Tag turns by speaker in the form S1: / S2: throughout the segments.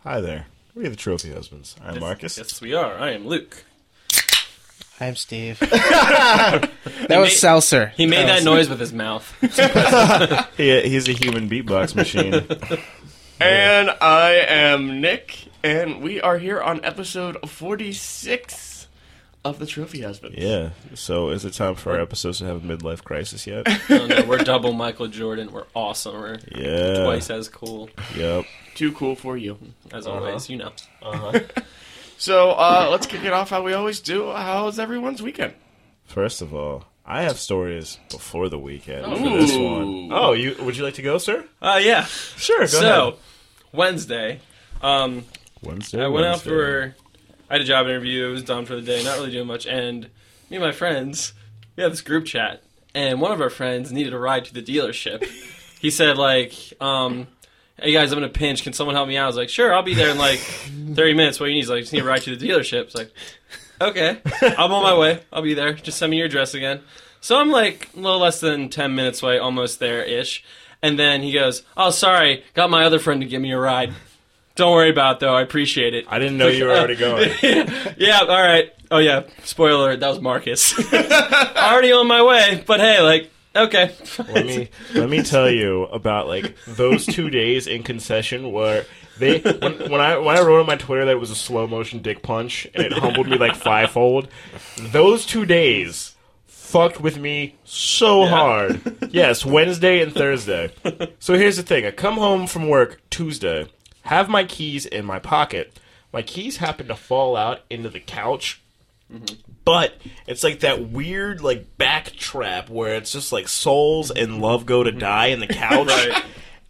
S1: Hi there. We are the Trophy Husbands. I'm Marcus.
S2: Yes, we are. I am Luke.
S3: I'm Steve. that was Seltzer.
S2: He made that noise with his mouth.
S1: He, he's a human beatbox machine.
S4: And I am Nick, and we are here on episode 46 of The Trophy Husband.
S1: yeah. So is it time for our episodes to have a midlife crisis yet?
S2: Oh, no, we're double Michael Jordan. We're awesome. We're
S1: Yeah.
S2: twice as cool
S1: Yep.
S4: Too cool for you.
S2: as always. You know.
S4: So uh, let's kick it off how we always do. How's everyone's weekend?
S1: First of all, I have stories before the weekend for this one.
S4: Ooh.
S1: Oh, you would you like to go, sir?
S2: Uh, yeah.
S1: Sure. Go
S2: So Wednesday, um,
S1: Wednesday.
S2: I went out
S1: Wednesday.
S2: for. I had a job interview. It was done for the day. Not really doing much. And me and my friends, we had this group chat, and one of our friends needed a ride to the dealership. he said like, um, "Hey guys, I'm in a pinch. Can someone help me out?" I was like, "Sure, I'll be there in like 30 minutes. What do you need?" He's like, "Just need a ride to the dealership." It's like, "Okay, I'm on my way. I'll be there. Just send me your address again." So I'm like a little less than 10 minutes away, almost there ish. And then he goes, "Oh, sorry, got my other friend to give me a ride." Don't worry about it, though. I appreciate it
S1: I didn't know you were already going.
S2: yeah, all right. Oh yeah, spoiler alert, that was Marcus. Already on my way, but hey, like, okay.
S1: let me let me tell you about like those two days in concession where they when, when I when I wrote on my Twitter that it was a slow motion dick punch and it humbled me like fivefold. Those two days fucked with me so hard. Yes, Wednesday and Thursday. So here's the thing: I come home from work Tuesday, have my keys in my pocket. My keys happen to fall out into the couch but it's like that weird like back trap where it's just like souls and love go to die in the couch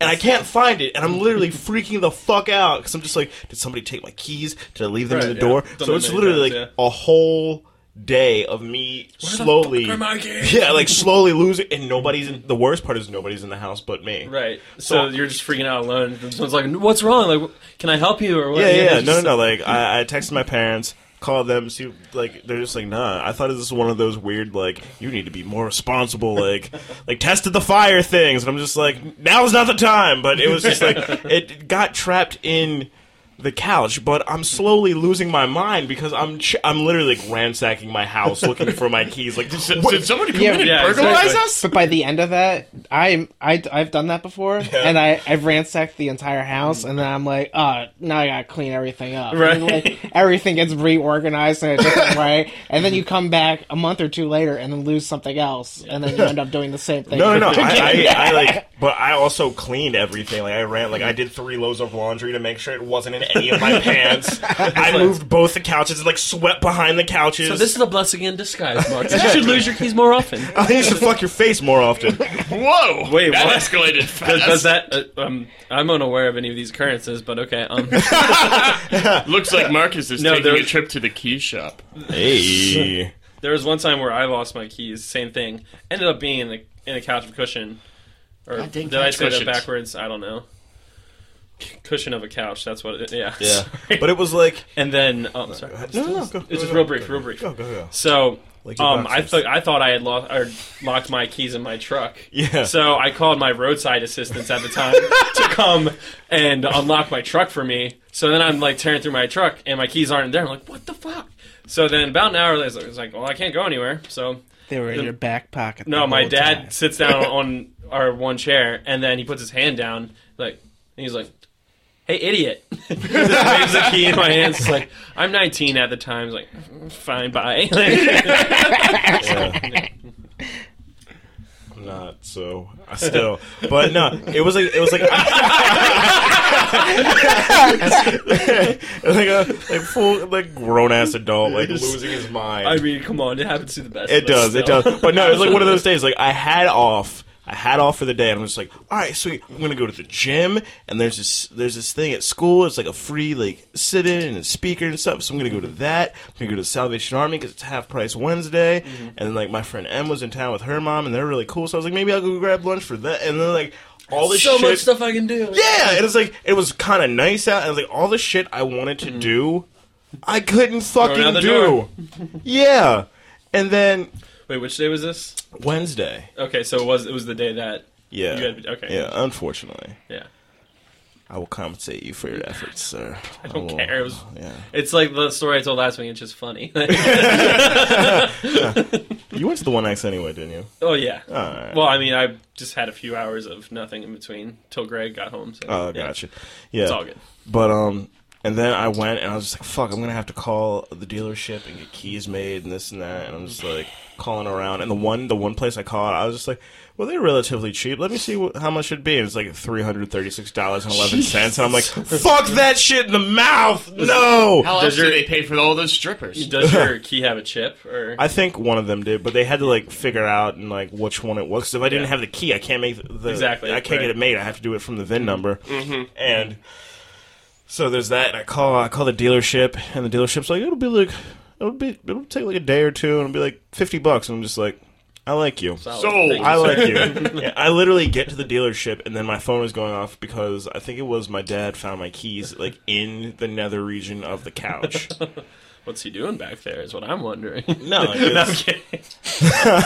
S1: and i can't find it and i'm literally freaking the fuck out because i'm just like did somebody take my keys did i leave them in
S2: Right,
S1: the
S2: yeah.
S1: door
S2: Done
S1: so
S2: that
S1: it's
S2: many
S1: literally
S2: times,
S1: like a whole day of me slowly yeah like slowly losing and nobody's in the worst part is nobody's in the house but me
S2: Right. So you're just freaking out alone. and Someone's like, "What's wrong? Like, can I help you?" Or what?
S1: Yeah, yeah,
S2: just-
S1: no, no, no. Like I, I texted my parents, called them, see, like they're just like, nah. I thought this was one of those weird, like you need to be more responsible, like like tested the fire things, and I'm just like, now's not the time. But it was just like it got trapped in the couch, but I'm slowly losing my mind because I'm ch- I'm literally like, ransacking my house looking for my keys. Like,
S4: Did,
S1: what-
S4: did somebody come
S3: Yeah,
S4: in and
S2: yeah,
S4: burglarize
S2: exactly.
S4: us?
S3: But by the end of that, I'm I I've done that before, and I I've ransacked the entire house, and then I'm like, oh, now I gotta clean everything up. And,
S2: Right.
S3: like, everything gets reorganized in a different way, and then you come back a month or two later, and then lose something else, and then you end up doing the same thing.
S1: No, no, no. I, I, I like, but I also cleaned everything. Like I ran, like I did three loads of laundry to make sure it wasn't in any of my pants. I moved both the couches, like swept behind the couches.
S2: So this is a blessing in disguise, Mark. You should lose your keys more often.
S1: I think you should fuck your face more often.
S4: Whoa!
S2: Wait,
S4: that
S2: what?
S4: escalated fast.
S2: Does, does that? Uh, um, I'm unaware of any of these occurrences, but okay. Um,
S4: Looks like Marcus is
S2: No,
S4: taking
S2: there-
S4: a trip to the key shop.
S1: Hey,
S2: there was one time where I lost my keys. Same thing. Ended up being in a, in a couch of cushion. Or
S4: God dang
S2: did I
S4: couch
S2: say
S4: cushions.
S2: that backwards? I don't know. C- Cushion of a couch. That's what. It, yeah.
S1: yeah. But it was like,
S2: And then, um, sorry.
S1: no, no, go,
S2: It's
S1: go,
S2: just
S1: go,
S2: real brief,
S1: go,
S2: real brief.
S1: Go, go, go.
S2: So,
S1: Like your
S2: um, I
S1: boxers.
S2: thought I thought I had lost or locked my keys in my truck.
S1: Yeah.
S2: So I called my roadside assistants at the time to come and unlock my truck for me. So then I'm like tearing through my truck and my keys aren't there. I'm like, what the fuck? So then about an hour later, it's like, well, I can't go anywhere. So
S3: they were in your back pocket. the
S2: no, my
S3: whole
S2: dad
S3: time.
S2: sits down on our one chair, and then he puts his hand down, like, and he's like, "Hey, idiot!" Just waves the key in my hands. It's like, I'm 19 at the time. He's like, "Mm, fine, bye. Like,
S1: Yeah. I'm not so uh, I still, but no, it was like it was like like a like full like grown ass adult like losing his mind.
S2: I mean, come on, it happens to the best.
S1: it
S2: of us
S1: does, it
S2: still.
S1: does. But no, it was like one of those days. Like I had off. I had off for the day, and I'm just like, all right, sweet. I'm gonna go to the gym, and there's this there's this thing at school. It's like a free like sit in and a speaker and stuff. So I'm gonna go to that. I'm gonna go to Salvation Army because it's half price Wednesday.
S2: Mm-hmm.
S1: And then like my friend M was in town with her mom, and they're really cool. So I was like, maybe I'll go grab lunch for that. And then like all this
S2: So
S1: shit,
S2: much stuff I can do.
S1: yeah, and it's like it was kind of nice out, and like all the shit I wanted to do, I couldn't
S2: Mm-hmm. out
S1: fucking
S2: the
S1: do.
S2: door.
S1: yeah, and then
S2: Wait, which day was this?
S1: Wednesday.
S2: Okay, so it was it was the day that
S1: Yeah,
S2: You had- okay.
S1: Yeah, unfortunately,
S2: yeah.
S1: I will compensate you for your efforts, sir. I
S2: don't
S1: will-
S2: care. It was-
S1: yeah.
S2: It's like the story I told last week. It's just funny.
S1: You went to the one X anyway, didn't you?
S2: oh yeah.
S1: All right.
S2: Well, I mean, I just had a few hours of nothing in between till Greg got home. So,
S1: oh,
S2: yeah.
S1: gotcha. Yeah.
S2: It's all good.
S1: But um, and then I went and I was just like, "Fuck, I'm gonna have to call the dealership and get keys made and this and that." And I'm just like calling around. And the one, the one place I called, I was just like, "Well, they're relatively cheap. Let me see what, how much it'd be." And it's like three hundred thirty-six dollars and eleven cents. And I'm like, "Fuck that shit in the mouth! No."
S4: How
S2: Does
S4: else
S2: your-
S4: do they pay for all those strippers?
S2: Does your key have a chip? Or
S1: I think one of them did, but they had to like figure out and like which one it was. 'Cause if I didn't
S2: Yeah.
S1: have the key, I can't make the
S2: Exactly,
S1: I can't
S2: right.
S1: get it made. I have to do it from the VIN number. Mm-hmm. And so there's that. And I call I call the dealership, and the dealership's like, it'll be like it'll be it'll take like a day or two, and it'll be like fifty bucks. And I'm just like, I like you.
S2: Solid.
S4: Sold.
S2: Oh, Thank you,
S1: I
S2: sir.
S1: like you. Yeah, I literally get to the dealership and then my phone is going off because I think it was my dad found my keys like in the nether region of the couch.
S2: What's he doing back there? Is what I'm wondering.
S1: No,
S2: no,
S1: it's-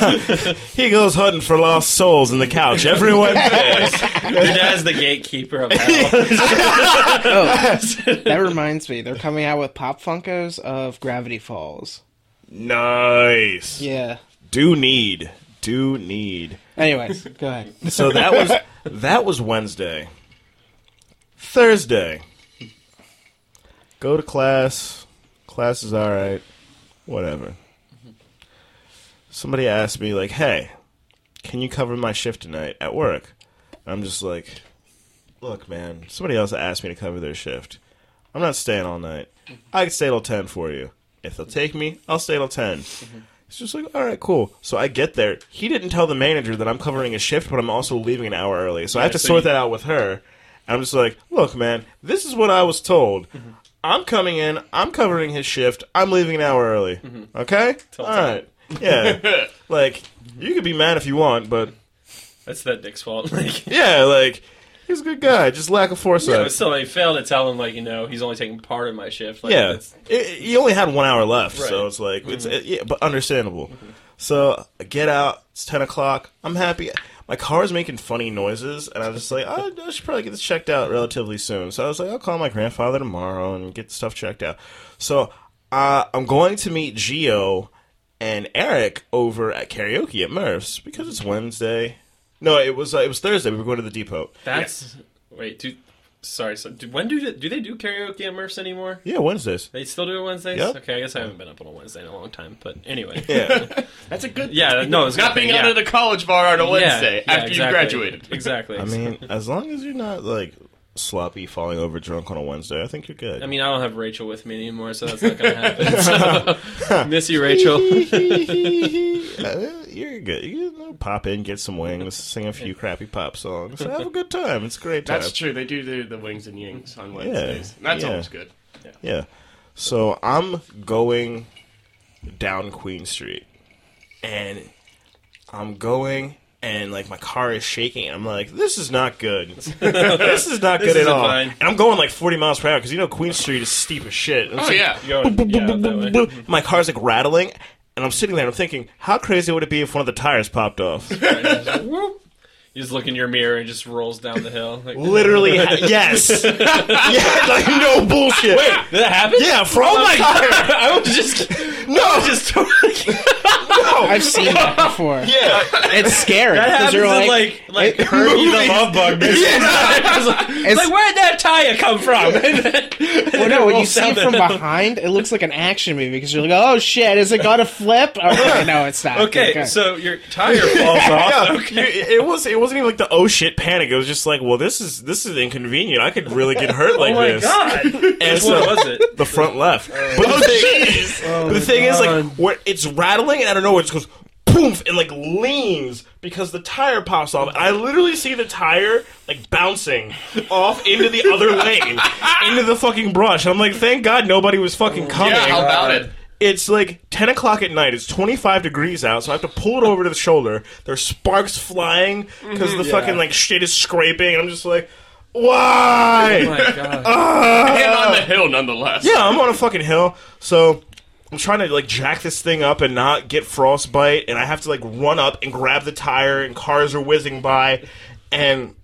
S2: I'm kidding.
S1: He goes hunting for lost souls in the couch. Everyone says.
S2: Your dad's the gatekeeper of hell.
S3: that reminds me, they're coming out with Pop Funkos of Gravity Falls.
S1: Nice.
S3: Yeah.
S1: Do need. Do need.
S3: Anyways, go ahead.
S1: So that was that was Wednesday. Thursday. Go to class. Class is alright. Whatever. Somebody asked me, like, hey, can you cover my shift tonight at work? I'm just like, look, man, somebody else asked me to cover their shift. I'm not staying all night.
S2: Mm-hmm.
S1: I can stay till 10 for you. If they'll take me, I'll stay till 10.
S2: Mm-hmm.
S1: It's just like, all right, cool. So I get there. He didn't tell the manager that I'm covering a shift, but I'm also leaving an hour early. So I have to
S2: so
S1: sort
S2: you-
S1: that out with her. I'm just like, look, man, this is what I was told.
S2: Mm-hmm.
S1: I'm coming in. I'm covering his shift. I'm leaving an hour early. Okay?
S2: Till
S1: all
S2: 10.
S1: right. Yeah. like, you could be mad if you want, but
S2: That's that dick's fault. Like,
S1: yeah, like he's a good guy, just lack of
S2: so,
S1: foresight.
S2: so they fail to tell him, like, you know, he's only taking part of my shift. Like,
S1: Yeah,
S2: that's-
S1: It- you only had one hour left,
S2: Right. Mm-hmm.
S1: so it's like it's it, yeah, but understandable. So I get out. It's ten o'clock. I'm happy. My car's making funny noises, and I was just like, I, I should probably get this checked out relatively soon. So I was like, I'll call my grandfather tomorrow and get stuff checked out. So uh, I'm going to meet Geo and Eric over at karaoke at Murph's because it's Wednesday. No, it was uh, it was Thursday. We were going to the depot.
S2: that's. Wait, do, sorry. So, do, when do they, do they do karaoke at Murph's anymore?
S1: Yeah, Wednesdays.
S2: They still do it Wednesdays.
S1: Yep.
S2: Okay, I guess I haven't been up on a Wednesday in a long time. But anyway,
S1: Yeah.
S4: That's a good.
S2: yeah, no, it's
S4: Not being
S2: yeah.
S4: out of the college bar on a Wednesday
S2: Yeah, yeah,
S4: after you
S2: exactly.
S4: graduated.
S2: Exactly.
S1: I mean, as long as you're not like sloppy, falling over drunk on a Wednesday, I think you're good.
S2: I mean, I don't have Rachel with me anymore, so that's not gonna happen. So, miss you, Rachel.
S1: Uh, you're good. You know, pop in, get some wings, sing a few crappy pop songs, have a good time. It's a great time.
S4: That's true. They do the, the wings and yings on Wednesdays. And That's
S1: yeah.
S4: always good.
S1: Yeah. So I'm going down Queen Street. And I'm going and like my car is shaking and I'm like, this is not good. this is not good
S2: This
S1: at
S2: isn't
S1: all.
S2: fine.
S1: And I'm going like 40 miles per hour because you know Queen Street is steep as shit. And it's
S4: Oh,
S1: like,
S4: yeah.
S2: Go- yeah, that way.
S1: my car's like rattling and I'm sitting there and I'm thinking, how crazy would it be if one of the tires popped off?
S2: You just look in your mirror and it just rolls down the hill. Like,
S1: Literally, ha- yes. yeah, like no bullshit. Wait.
S2: "Ah, did that happen?
S1: Yeah, from oh my car.
S2: I was just
S1: No, just
S2: Oh.
S3: I've seen that before.
S1: yeah.
S3: It's scary.
S2: that happens
S3: 'cause
S2: in
S3: you're
S2: like
S3: like,
S2: like, Herbie the Love Bug. movie. It's like,
S3: It's-
S2: where'd that tire come from? And then-
S3: well, no, when you
S2: rolls
S3: see
S2: down
S3: it
S2: the
S3: from
S2: hill.
S3: behind, it looks like an action movie because you're like, oh shit, is it gonna flip? Okay, no, it's not.
S2: Okay, so your tire falls off.
S1: Yeah, you- it was. It wasn't even like the oh shit panic. It was just like, well, this is this is inconvenient. I could really get hurt like
S2: Oh my
S1: this.
S2: god!
S1: And
S2: Which
S1: so-
S2: one was it?
S1: The front left.
S4: Oh.
S1: But the thing, the thing is, like,
S2: God.
S1: where it's rattling, and I don't know, it just goes poof and like leans because the tire pops off. And I literally see the tire like bouncing off into the other lane, into the fucking brush. I'm like, thank God nobody was fucking coming.
S4: Oh, Yeah, how about it?
S1: It's like 10 o'clock at night. It's 25 degrees out, so I have to pull it over to the shoulder. There's sparks flying because
S4: Mm-hmm.
S1: the fucking like shit is scraping. And I'm just like, why?
S2: Oh my god!
S4: and on the hill, nonetheless.
S1: Yeah, I'm on a fucking hill, so I'm trying to like jack this thing up and not get frostbite, and I have to like run up and grab the tire, and cars are whizzing by, and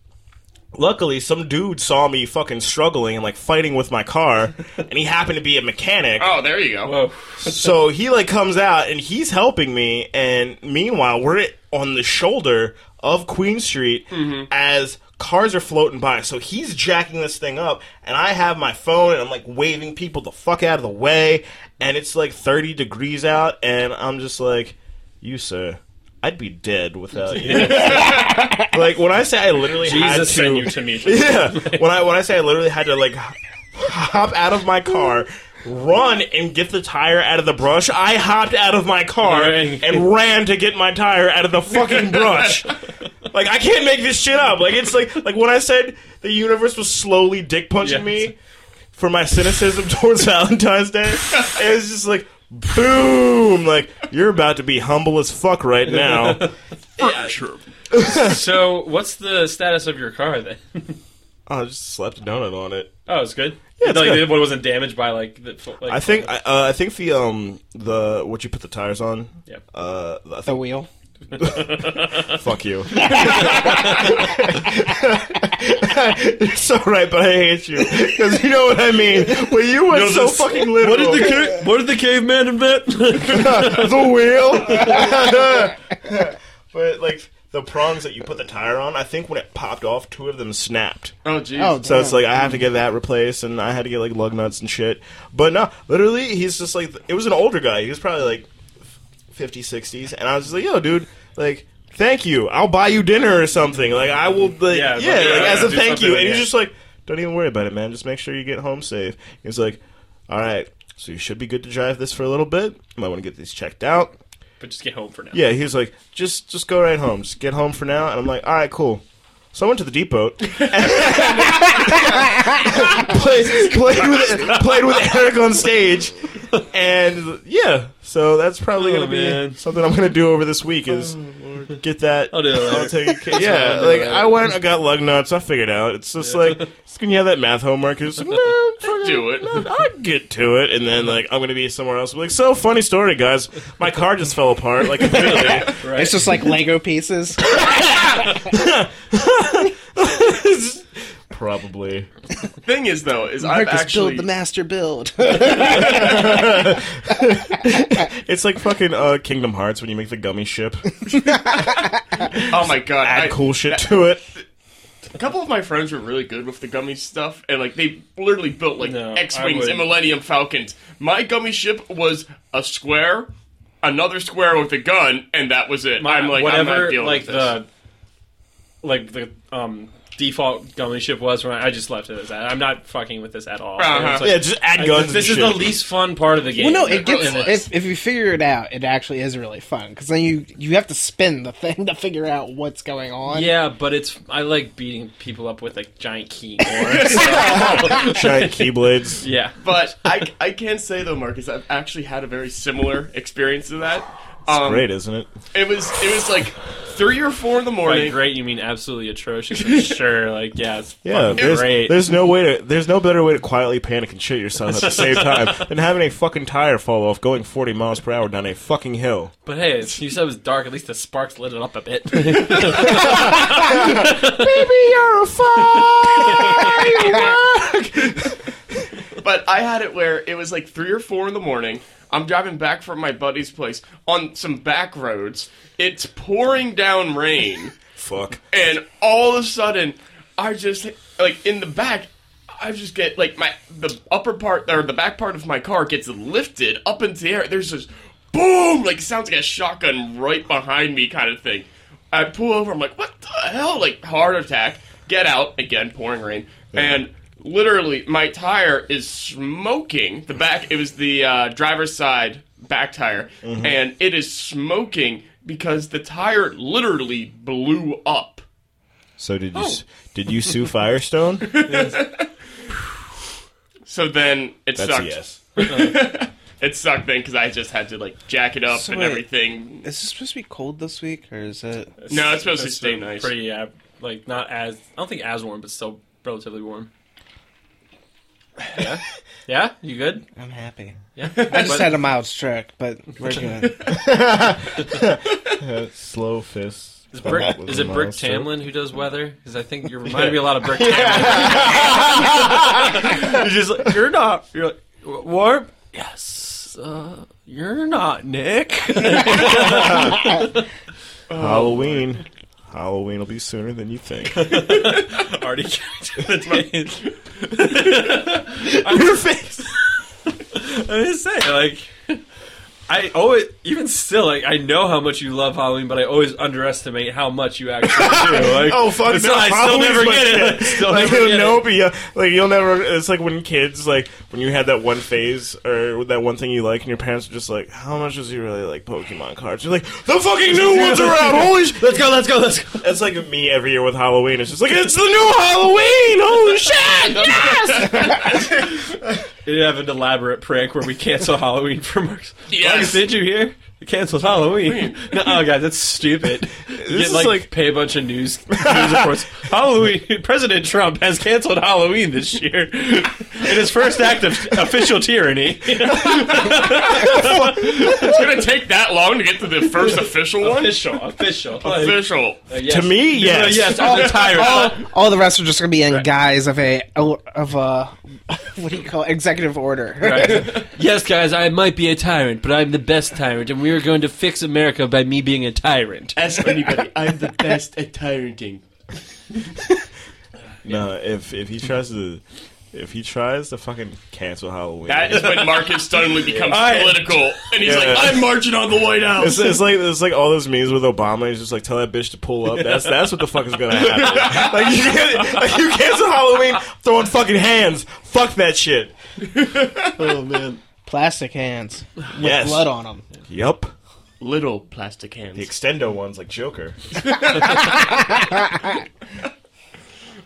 S1: Luckily, some dude saw me fucking struggling and like fighting with my car, and he happened to be a mechanic.
S4: Oh, there you go.
S2: Oh,
S1: So he like comes out and he's helping me, and meanwhile we're at- on the shoulder of Queen Street as cars are floating by. So he's jacking this thing up, and I have my phone and I'm like waving people the fuck out of the way, and it's like 30 degrees out, and I'm just like, "You sir, I'd be dead without you." like when I say I literally had to,
S2: Jesus send you to me.
S1: yeah. When I when I say I literally had to like hop out of my car, run and get the tire out of the brush, I hopped out of my car
S2: Right.
S1: and ran to get my tire out of the fucking brush. like I can't make this shit up. Like it's like like when I said the universe was slowly dick punching
S2: Yeah.
S1: me for my cynicism towards Valentine's Day, it was just like boom like you're about to be humble as fuck right now
S2: So, what's the status of your car then?
S1: i just slapped a donut on it
S2: Oh, it's good. Yeah,
S1: it's
S2: like
S1: good.
S2: the- what wasn't damaged by like the. fo- Like,
S1: I think I, uh, I think the um the what you put the tires on.
S2: Yeah.
S1: Uh, I
S3: The
S1: think,
S3: wheel.
S1: fuck you. You're so right, but I hate you because you know what I mean. When you went so
S2: this-
S1: fucking literal.
S2: ca- what did the caveman invent?
S1: the wheel? but like the prongs that you put the tire on, I think when it popped off, two of them snapped.
S4: Oh, jeez.
S3: Oh,
S1: So it's
S3: damn.
S1: like I have to get that replaced, and I had to get like lug nuts and shit. But no, literally, he's just like it was an older guy. He was probably like 50s, 60s, and I was just like, "Yo, dude, like, thank you. I'll buy you dinner or something. Like, I will, like, yeah,
S2: Yeah,
S1: like,
S2: yeah,
S1: as a
S2: do
S1: thank
S2: something,
S1: you." And he's
S2: yeah.
S1: just like, "Don't even worry about it, man. Just make sure you get home safe." He's like, "All right, so you should be good to drive this for a little bit. You might want to get these checked out."
S2: but just get home for now.
S1: Yeah, he was like, just just go right home. Just get home for now. And I'm like, all right, cool. So I went to the depot, played, played with played with Eric on stage, and yeah. So that's probably
S2: Oh,
S1: gonna be
S2: man.
S1: something I'm gonna do over this week is get that.
S2: I'll do that later.
S1: take care. Yeah,
S2: I'll do
S1: like
S2: later.
S1: I went, I got lug nuts. I figured out. It's just like it's gonna have that math homework. It's like, no, fucking-
S4: Do it.
S1: I get to it, and then like I'm gonna be somewhere else. Like, so funny story, guys. My car just fell apart. Like, completely.
S2: Right.
S3: It's just like Lego pieces.
S1: probably.
S4: Thing is, though, is I've
S3: Marcus
S4: actually
S3: build the master build.
S1: It's like fucking uh, Kingdom Hearts when you make the gummy ship.
S4: Oh my god! I,
S1: Add cool shit to it.
S4: a couple of my friends were really good with the gummy stuff, and like they literally built like
S2: No,
S4: X
S2: I
S4: wings and
S2: wouldn't.
S4: Millennium Falcons. My gummy ship was a square, another square with a gun, and that was it. I'm like,
S2: whatever,
S4: I'm not dealing
S2: like
S4: with this.
S2: the, like the um default gummy ship was when I, I just left it as that. I'm not fucking with this at all.
S4: Uh-huh.
S2: It's like-
S1: Yeah, just add
S2: I-
S1: guns.
S2: this is
S1: and shit.
S2: the least fun part of the game.
S3: well, no, it gets
S2: And it's-
S3: if, if you figure it out, it actually is really fun because then you you have to spin the thing to figure out what's going on.
S2: yeah, but it's I like beating people up with like giant key more. so-
S1: giant keyblades.
S2: yeah,
S4: But I, I can say though, Marcus, I've actually had a very similar experience to that. Um,
S1: Great, isn't it?
S4: It was it was like three or four in the
S2: by
S4: morning.
S2: great you mean absolutely atrocious. I'm sure, like yeah, it's
S1: Yeah,
S2: fucking
S1: there's,
S2: great.
S1: there's no way to there's no better way to quietly panic and shit yourself at the same time than having a fucking tire fall off going 40 miles per hour down a fucking hill.
S2: But hey, it's- you said it was dark. At least the sparks lit it up a bit.
S1: Baby, you're a
S4: But I had it where it was like three or four in the morning. I'm driving back from my buddy's place on some back roads. It's pouring down rain,
S1: Fuck.
S4: and all of a sudden, I just like in the back. I just get like my the upper part or the back part of my car gets lifted up into the air. There's this boom, like sounds like a shotgun right behind me, kind of thing. I pull over. I'm like, what the hell? Like heart attack. Get out again, pouring rain, and literally my tire is smoking. The back, it was the uh, driver's side back tire, and it is smoking because the tire literally blew up.
S1: So did you s did you sue Firestone?
S4: So then it
S1: That's a
S4: sucked.
S1: yes.
S4: It sucked then because I just had to like jack it up
S3: So
S4: and
S3: wait.
S4: everything.
S3: Is it supposed to be cold this week, or is it?
S4: No, it's supposed to
S2: It's
S4: stay
S2: been
S4: nice.
S2: Pretty, uh, like not as I don't think as warm, but still relatively warm. Yeah, yeah, you good?
S3: I'm happy.
S2: Yeah,
S3: I just had a mild stroke, but we're good.
S1: Slow fists.
S2: Is,
S1: That
S2: Brick,
S1: was
S2: is
S1: a
S2: it Brick
S1: monster.
S2: Tamlin who does weather? Because I think you remind me a lot of Brick Tamlin. you're just like, you're not. You're like, "W- warp? Yes. Uh, you're not, Nick.
S1: Oh, Halloween. Halloween will be sooner than you think.
S2: Already character the days.
S1: Your face.
S2: I'm just saying, like, I always, even still, like, I know how much you love Halloween, but I always underestimate how much you actually do. Like,
S1: Oh fuck!
S2: it's
S1: no,
S2: not- I still
S1: Halloween's
S2: never
S1: my
S2: get it.
S1: shit.
S2: I still
S1: like
S2: never
S1: you'll
S2: get it.
S1: know, but yeah, like you'll never. It's like when kids, like when you had that one phase or that one thing you like, and your parents are just like, "How much does he really like Pokemon cards?" You're like, "The fucking new ones are out!" Holy sh-.
S2: Let's go, let's go, let's go.
S1: That's like me every year with Halloween. It's just like it's the new Halloween. Holy shit!
S2: They have an elaborate prank where we cancel Halloween for Mark's.
S4: Yes.
S2: Did you hear? We canceled Halloween. no, oh, guys, that's stupid. You
S1: is
S2: get, like,
S1: like-
S2: pay a bunch of news, news reports. Halloween. President Trump has canceled Halloween this year in his first act of official tyranny.
S4: It's gonna take that long to get to the first official one.
S2: official, official.
S4: Official.
S2: Like, yes.
S1: To me,
S2: Uh,
S1: yes.
S2: yes, I'm retired.
S3: All the rest are just gonna be in guise of a of a what do you call it? executive order?
S2: yes, guys, I might be a tyrant, but I'm the best tyrant, and we are going to fix America by me being a tyrant.
S4: Ask anybody. I'm the best at tyranting.
S1: No, if if he tries to, if he tries to fucking cancel Halloween,
S4: That is when Marcus suddenly becomes
S2: I-
S4: political, and he's
S1: Yeah.
S4: like, "I'm marching on the White House."
S1: It's, it's like it's like all those memes with Obama. He's just like, tell that bitch to pull up. That's that's what the fuck is gonna happen. Like you, can't, like you cancel Halloween, throwing fucking hands. Fuck that shit.
S4: Oh man,
S3: Plastic hands,
S1: Yes.
S3: blood on them.
S1: Yup.
S4: little plastic
S1: The
S4: hands.
S1: extendo ones like Joker.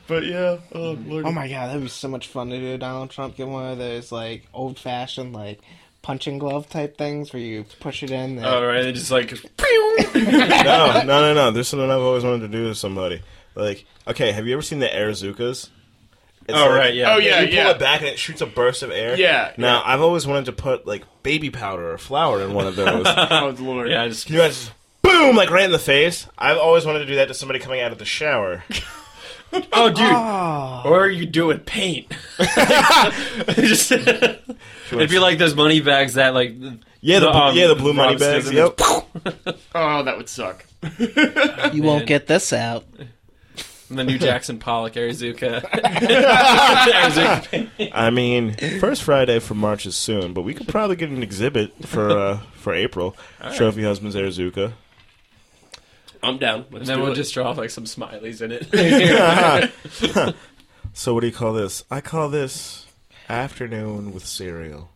S4: But yeah, oh lord.
S3: Oh my god, that'd be so much fun to do. Donald Trump get one of those like old fashioned like punching glove type things where you push it in. And,
S2: All right, they just like
S1: No, no, no, no. There's something I've always wanted to do to somebody. Like, okay, have you ever seen the air zookas? It's
S2: Oh,
S1: like-
S2: right, yeah.
S4: Oh, yeah.
S1: you pull it back and it shoots a burst of air.
S4: Yeah,
S1: Now I've always wanted to put like baby powder or flour in one of those.
S4: Oh lord.
S2: Yeah, I just,
S1: You guys, boom, like right in the face. I've always wanted to do that to somebody coming out of the shower.
S2: oh, dude.
S4: Ah.
S3: Oh,
S2: Or you do it with paint. Just- it'd be like those money bags that, like,
S1: Yeah, the,
S2: The, um,
S1: yeah, the blue money
S2: Rob
S1: bags.
S2: Stevens.
S1: Yep.
S4: Oh, that would suck.
S3: you won't get this out.
S2: the new Jackson Pollock Arizuka. Arizuka paint.
S1: I mean, first Friday for March is soon, but we could probably get an exhibit for uh, for April. Trophy Husbands Arizuka.
S4: I'm down. Let's
S2: And then
S4: do
S2: we'll
S4: it.
S2: just draw like some smileys in it.
S1: So what do you call this? I call this afternoon with cereal.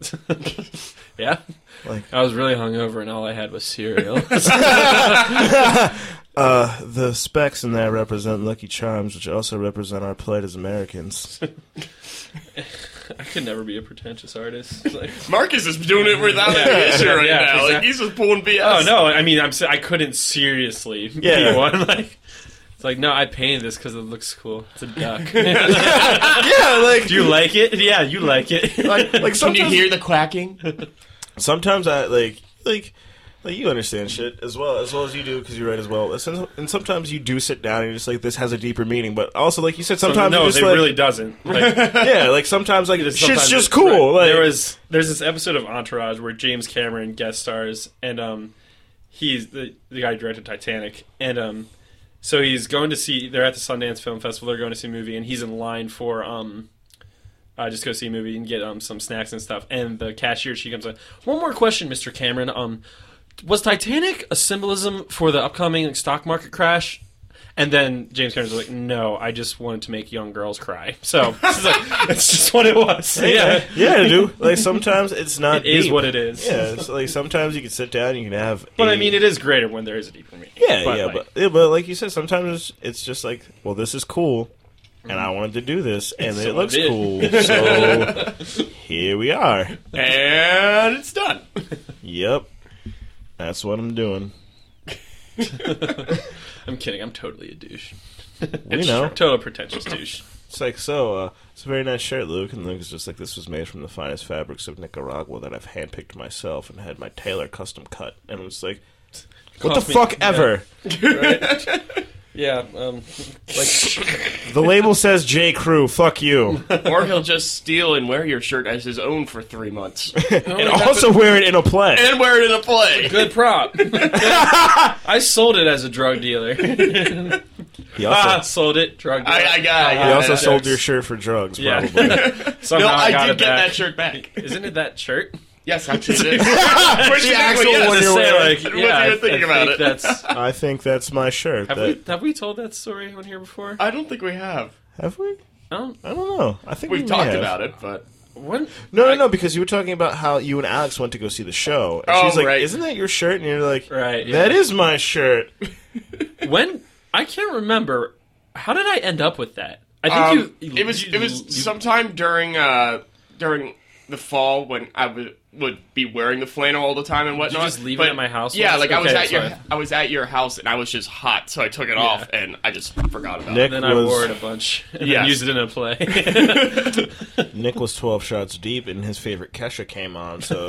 S2: yeah,
S1: Like-
S2: I was really hungover and all I had was cereal.
S1: Uh, the specks in there represent Lucky Charms, which also represent our plight as Americans.
S2: I could never be a pretentious artist. Like,
S4: Marcus is doing it without any issue right
S2: Yeah,
S4: now. Like
S2: exactly.
S4: he's just pulling BS.
S2: oh no, I mean, I'm s- I couldn't seriously
S1: Yeah.
S2: be one. Like, it's like no, I painted this because it looks cool. It's a duck.
S1: yeah, like
S2: Do you like it? Yeah, you like it.
S1: like, like
S4: Can you
S1: sometimes
S4: hear the quacking?
S1: sometimes I like like like you understand shit as well as well as you do because you write as well. And- And sometimes you do sit down and you're just like this has a deeper meaning. But also like you said, sometimes
S2: no,
S1: you're
S2: it
S1: just like,
S2: really doesn't. Like,
S1: yeah, like sometimes like
S2: It's
S1: shit's
S2: sometimes
S1: just
S2: it's-
S1: cool.
S2: right.
S1: Like
S2: there was there's this episode of Entourage where James Cameron guest stars, and um, he's the the guy who directed Titanic, and um, so he's going to see. They're at the Sundance Film Festival. They're going to see a movie, and he's in line for um. Uh, just go see a movie and get um some snacks and stuff. And the cashier she comes like, one more question, Mr. Cameron. Um, was Titanic a symbolism for the upcoming like, stock market crash? And then James Cameron's like, no, I just wanted to make young girls cry. So it's, like, it's just what it was. Yeah,
S1: yeah, dude. Like sometimes it's not
S2: it is
S1: deep.
S2: what it is.
S1: Yeah, it's like sometimes you can sit down and you can have.
S2: But
S1: I
S2: I mean, it is greater when there is a deeper meaning.
S1: yeah, yeah,
S2: like,
S1: but yeah, but like you said, sometimes it's, it's just like, well, this is cool, and I wanted to do this, and
S2: So
S1: it looks
S2: I did.
S1: cool, so here we are.
S4: and it's done.
S1: Yep, that's what I'm doing.
S2: I'm kidding. I'm totally a douche.
S1: You know,
S2: Total pretentious douche.
S1: It's like, so, uh, it's a very nice shirt, Luke. And Luke is just like, this was made from the finest fabrics of Nicaragua that I've handpicked myself and had my tailor custom cut. And I'm just like, What the
S2: Cost me-
S1: fuck
S2: yeah.
S1: ever?
S2: Yeah, um,
S1: The label says J. Crew. Fuck you.
S4: or he'll just steal and wear your shirt as his own for three months,
S1: and also wear it in a play.
S4: and wear it in a play.
S2: good prop. I sold it as a drug dealer.
S1: He
S2: ah,
S1: also,
S2: sold it, drug dealer.
S4: I, I got. I
S1: he
S4: got
S1: also
S4: that.
S1: sold your shirt for drugs,
S2: Yeah.
S1: probably.
S2: Somehow
S4: No, I,
S2: got
S4: did
S2: it
S4: get
S2: back.
S4: that shirt back.
S2: Isn't it that shirt?
S4: Yes, actually, it is. Which
S1: The
S4: is
S1: actual
S4: yes.
S1: one
S2: Just
S1: you're
S2: say,
S1: wearing.
S2: like,
S4: Wasn't
S2: yeah,
S4: even
S2: I-
S4: thinking
S2: I
S4: about
S2: think
S4: it.
S2: That's,
S1: I think that's my shirt.
S2: have,
S1: That-
S2: we, have we told that story on here before?
S4: I don't think we have.
S1: have we?
S2: I don't.
S1: I don't know. I think
S4: We've
S1: we
S4: talked about it, but
S2: What?
S1: No, no,
S2: I-
S1: no. Because you were talking about how you and Alex went to go see the show, and
S4: Oh,
S1: she's like,
S4: right.
S1: "Isn't that your shirt?" And you're like,
S2: Right, yeah.
S1: that is my shirt."
S2: When? I can't remember. How did I end up with that? I think
S4: um,
S2: you,
S4: it was
S2: you-
S4: it was
S2: you-
S4: sometime during uh during the fall when I would would be wearing the flannel all the time and whatnot.
S2: just leave it
S4: but,
S2: at my house
S4: Yeah,
S2: once?
S4: like I was
S2: Okay,
S4: at your
S2: sorry.
S4: I was at your house and I was just hot, so I took it off and I just forgot about
S1: Nick
S2: Then I
S1: was
S2: wore it a bunch and
S4: Yes.
S2: then used it in a play.
S1: Nick was twelve shots deep, and his favorite Kesha came on, so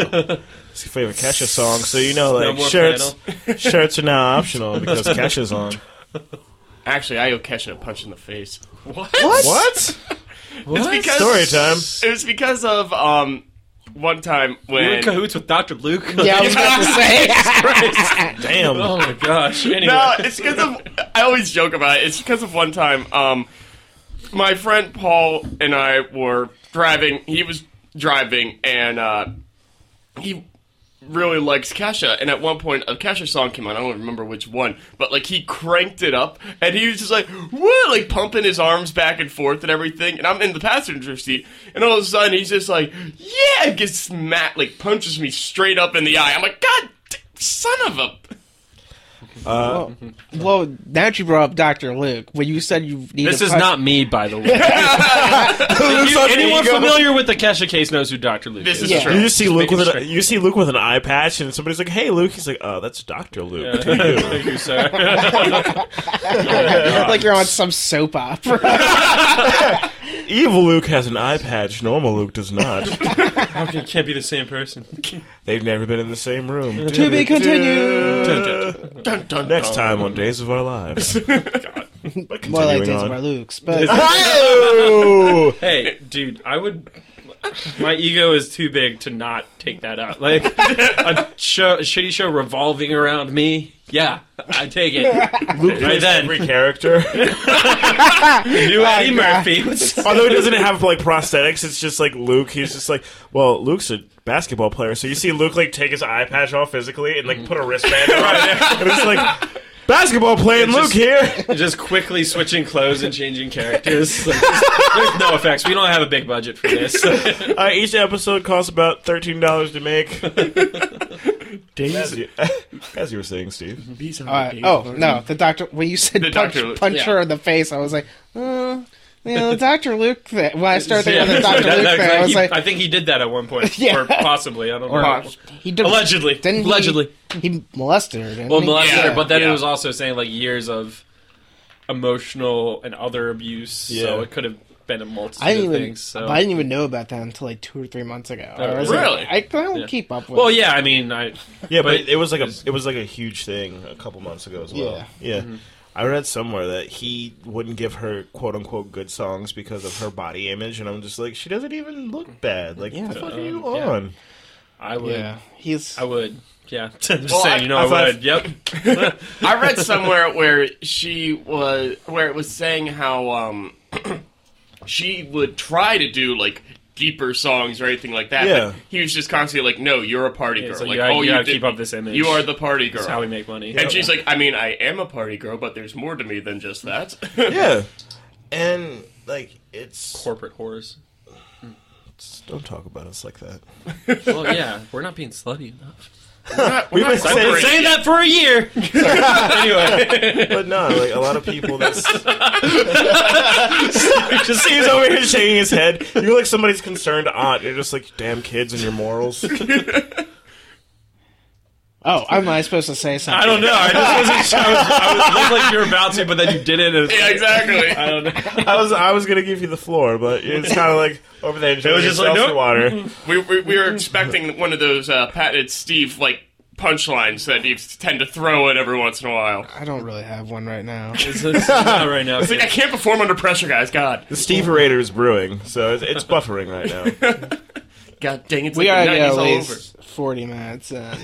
S1: his favorite Kesha song. So you know,
S2: No
S1: like
S2: more
S1: shirts, shirts are now optional because Kesha's on.
S4: it. Actually, I owe Kesha a punch in the face. What?
S1: What?
S2: What?
S4: because-
S1: Story time.
S4: It was because of um one time
S2: You were
S4: when
S2: in cahoots with Dr. Luke.
S3: Yeah, I was about to say.
S1: Damn.
S2: oh my gosh. Anyway.
S4: No, it's because of. I always joke about it. It's because of one time. Um, my friend Paul and I were driving. He was driving, and uh, he really likes Kesha. And at one point, a Kesha song came on. I don't remember which one, but like he cranked it up, and he was just like, "What?" Like pumping his arms back and forth and everything. And I'm in the passenger seat, and all of a sudden he's just like, "Yeah!" and gets smacked, like punches me straight up in the eye. I'm like, "God, d- son of a!"
S3: well, now that you brought up Doctor Luke, when you said you need
S2: This
S3: a
S2: is
S3: punch-
S2: not me, by the way. You- anyone familiar with the Kesha case knows who Dr. Luke
S4: This is
S3: Yeah.
S4: true.
S1: You just see Luke
S2: making
S1: with
S2: sure.
S1: an, you see Luke with an eye patch, and somebody's like, "Hey, Luke." He's like, "Oh, that's Doctor Luke." to you."
S2: Thank you, sir.
S3: like you're on some soap opera.
S1: Evil Luke has an eye patch. Normal Luke does not.
S2: How can can't be the same person?
S1: They've never been in the same room.
S3: to be continued.
S4: Dun, dun,
S1: Next
S4: dun.
S1: time on Days of Our Lives. But
S3: More like Days of
S1: continuing
S3: Our
S1: on.
S3: Lukes, but
S1: Oh!
S2: Hey, dude, I would. My ego is too big to not take that up. Like a, show, a shitty show revolving around me. Yeah, I take it.
S1: Luke plays
S2: then.
S1: every character.
S2: New Eddie
S3: God.
S2: Murphy.
S1: Although he doesn't have like prosthetics, it's just like Luke. He's just like, well, Luke's a basketball player, so you see Luke like take his eye patch off physically and like put a wristband on it, and it's like basketball playing Luke
S2: just-
S1: here.
S2: just quickly switching clothes and changing characters. Like, just- there's no effects. We don't have a big budget for this.
S1: Uh, each episode costs about thirteen dollars to make. As you, as you were saying, Steve.
S4: These are
S3: Uh, oh no, the doctor. When you said
S4: The
S3: punch,
S4: Dr. Luke.
S3: punch her
S2: Yeah.
S3: in the face, I was like, uh, you know, the Doctor Luke. Thing. When I started thinking of the
S2: That-
S3: Doctor
S2: that-
S3: Luke thing, I was
S2: he-
S3: like,
S2: I think he did that at one point,
S3: Yeah.
S2: or possibly. I don't know.
S4: Or-
S3: he did,
S2: Allegedly.
S3: didn't he-
S2: Allegedly.
S3: he, molested her. Didn't
S2: Well,
S3: he?
S2: molested her,
S4: Yeah.
S2: but then
S4: Yeah.
S2: it was also saying like years of emotional and other abuse. So
S1: Yeah.
S2: it could have been a multitude
S3: I didn't
S2: of
S3: even.
S2: things. So.
S3: I didn't even know about that until like two or three months ago. I was
S4: really?
S3: Like, I, don't
S2: Yeah.
S3: keep up with.
S2: well, yeah, I mean, I
S1: Yeah, but,
S2: But-
S1: it was like a it was like a huge thing a couple months ago as well.
S3: Yeah.
S1: Yeah. I read somewhere that he wouldn't give her quote unquote good songs because of her body image and I'm just like she doesn't even look bad. Like what the fuck are you
S2: yeah.
S1: on?
S2: I would,
S3: yeah. He's
S2: I would, yeah. Just
S4: Well,
S2: saying,
S4: I-
S2: you know,
S1: I
S2: I,
S1: thought-
S2: would. Yep.
S4: I read somewhere where she was where it was saying how um she would try to do like deeper songs or anything like that.
S1: Yeah.
S4: But he was just constantly like, "No, you're a party girl.
S2: so
S4: like,
S2: you, gotta-
S4: oh,
S2: you
S4: you
S2: gotta
S4: did-
S2: keep up this image.
S4: You are the party
S2: That's how we
S4: girl."
S2: make money.
S4: And she's like, "I mean, I am a party girl, but there's more to me than just that."
S1: Yeah. And like it's
S2: corporate whores.
S1: don't talk about us like that.
S2: Well, yeah, we're not being slutty enough.
S4: We're not- we're
S1: We've been
S4: not
S1: saying-
S4: separated.
S2: Saying that for a year. anyway,
S1: But no, like a lot of people that's just he's over here shaking his head. You're like somebody's concerned aunt. You're just like damn kids and your morals.
S3: oh, am I supposed to say something?
S2: I don't know. I just wasn't. I was, I was it looked like you were about to, but then you didn't. and it's
S4: Yeah,
S2: like,
S4: exactly.
S2: I don't know.
S1: I was I was gonna give you the floor, but it's kind of like over there. It
S2: was just like, nope.
S1: water.
S4: We, we, we were expecting one of those uh, patented Steve like punchlines that you tend to throw in every once in a while.
S3: I don't really have one right now.
S2: It's, it's not right now.
S4: It's like I can't perform under pressure, guys. God,
S1: The Steve Raider is brewing, so it's, it's buffering right now.
S4: God dang it!
S3: We
S4: like the
S3: are
S4: 90s
S3: at
S4: all
S3: least forty minutes. uh,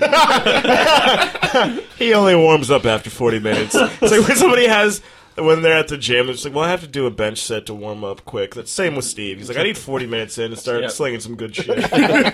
S3: In.
S1: He only warms up after 40 minutes. It's like when somebody has, when they're at the gym, it's like, well, I have to do a bench set to warm up quick. That's same with Steve. He's like, I need 40 minutes in to start
S2: Yep.
S1: slinging some good shit.
S2: Oh my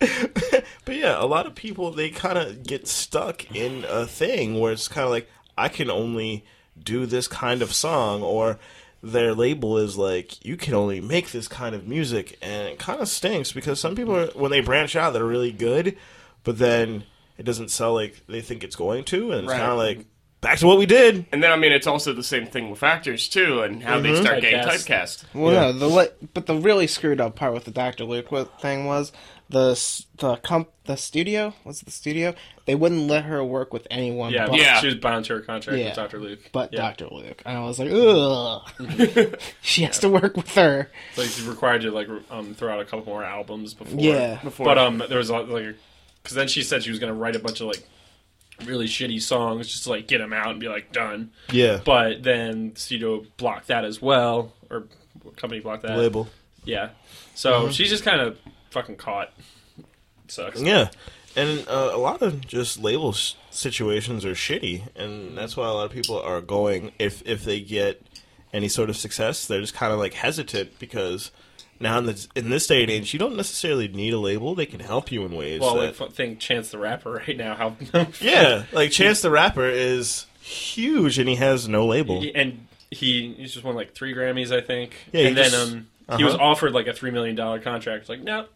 S2: god.
S1: But yeah, a lot of people they kind of get stuck in a thing where it's kind of like I can only do this kind of song or their label is like you can only make this kind of music and it kind of stinks because some people are, when they branch out they're really good but then it doesn't sell like they think it's going to and it's
S3: Right.
S1: kind of like back to what we did
S4: And then I mean, it's also the same thing with actors too, and how
S3: Mm-hmm.
S4: they start getting
S2: Typecast.
S4: typecast.
S3: Well,
S1: Yeah.
S3: no, the li- but the really screwed up part with the Doctor Luke wa- thing was the s- the comp the studio was it the studio they wouldn't let her work with anyone
S2: Yeah,
S3: but,
S4: Yeah.
S2: she was bound to her contract
S3: Yeah.
S2: with Dr. Luke.
S3: but
S2: yeah.
S3: Doctor Luke, and I was like, ugh, she has to work with her.
S2: Like she's required to like re- um, throw out a couple more albums before.
S3: Yeah.
S4: Before-
S2: But um, there was a lot, like, because then she said she was gonna write a bunch of like really shitty songs just to, like get them out and be like done.
S1: yeah
S2: But then studio blocked that as well, or company blocked that.
S1: label
S2: Yeah. So
S4: Mm-hmm.
S2: she's just kind of fucking caught. Sucks.
S1: Yeah, and uh, a lot of just label s situations are shitty, and that's why a lot of people are going if if they get any sort of success, they're just kind of like hesitant because now in this in this day and age, you don't necessarily need a label; they can help you in ways.
S2: Well,
S1: that,
S2: like f- think Chance the Rapper right now. How
S1: yeah, like Chance the Rapper is huge, and he has no label.
S2: He- and he he's just won like three Grammys, I think.
S1: Yeah, he
S2: and then
S1: just-
S2: um, he was
S1: uh-huh.
S2: offered like a three million dollar contract. It's Like no,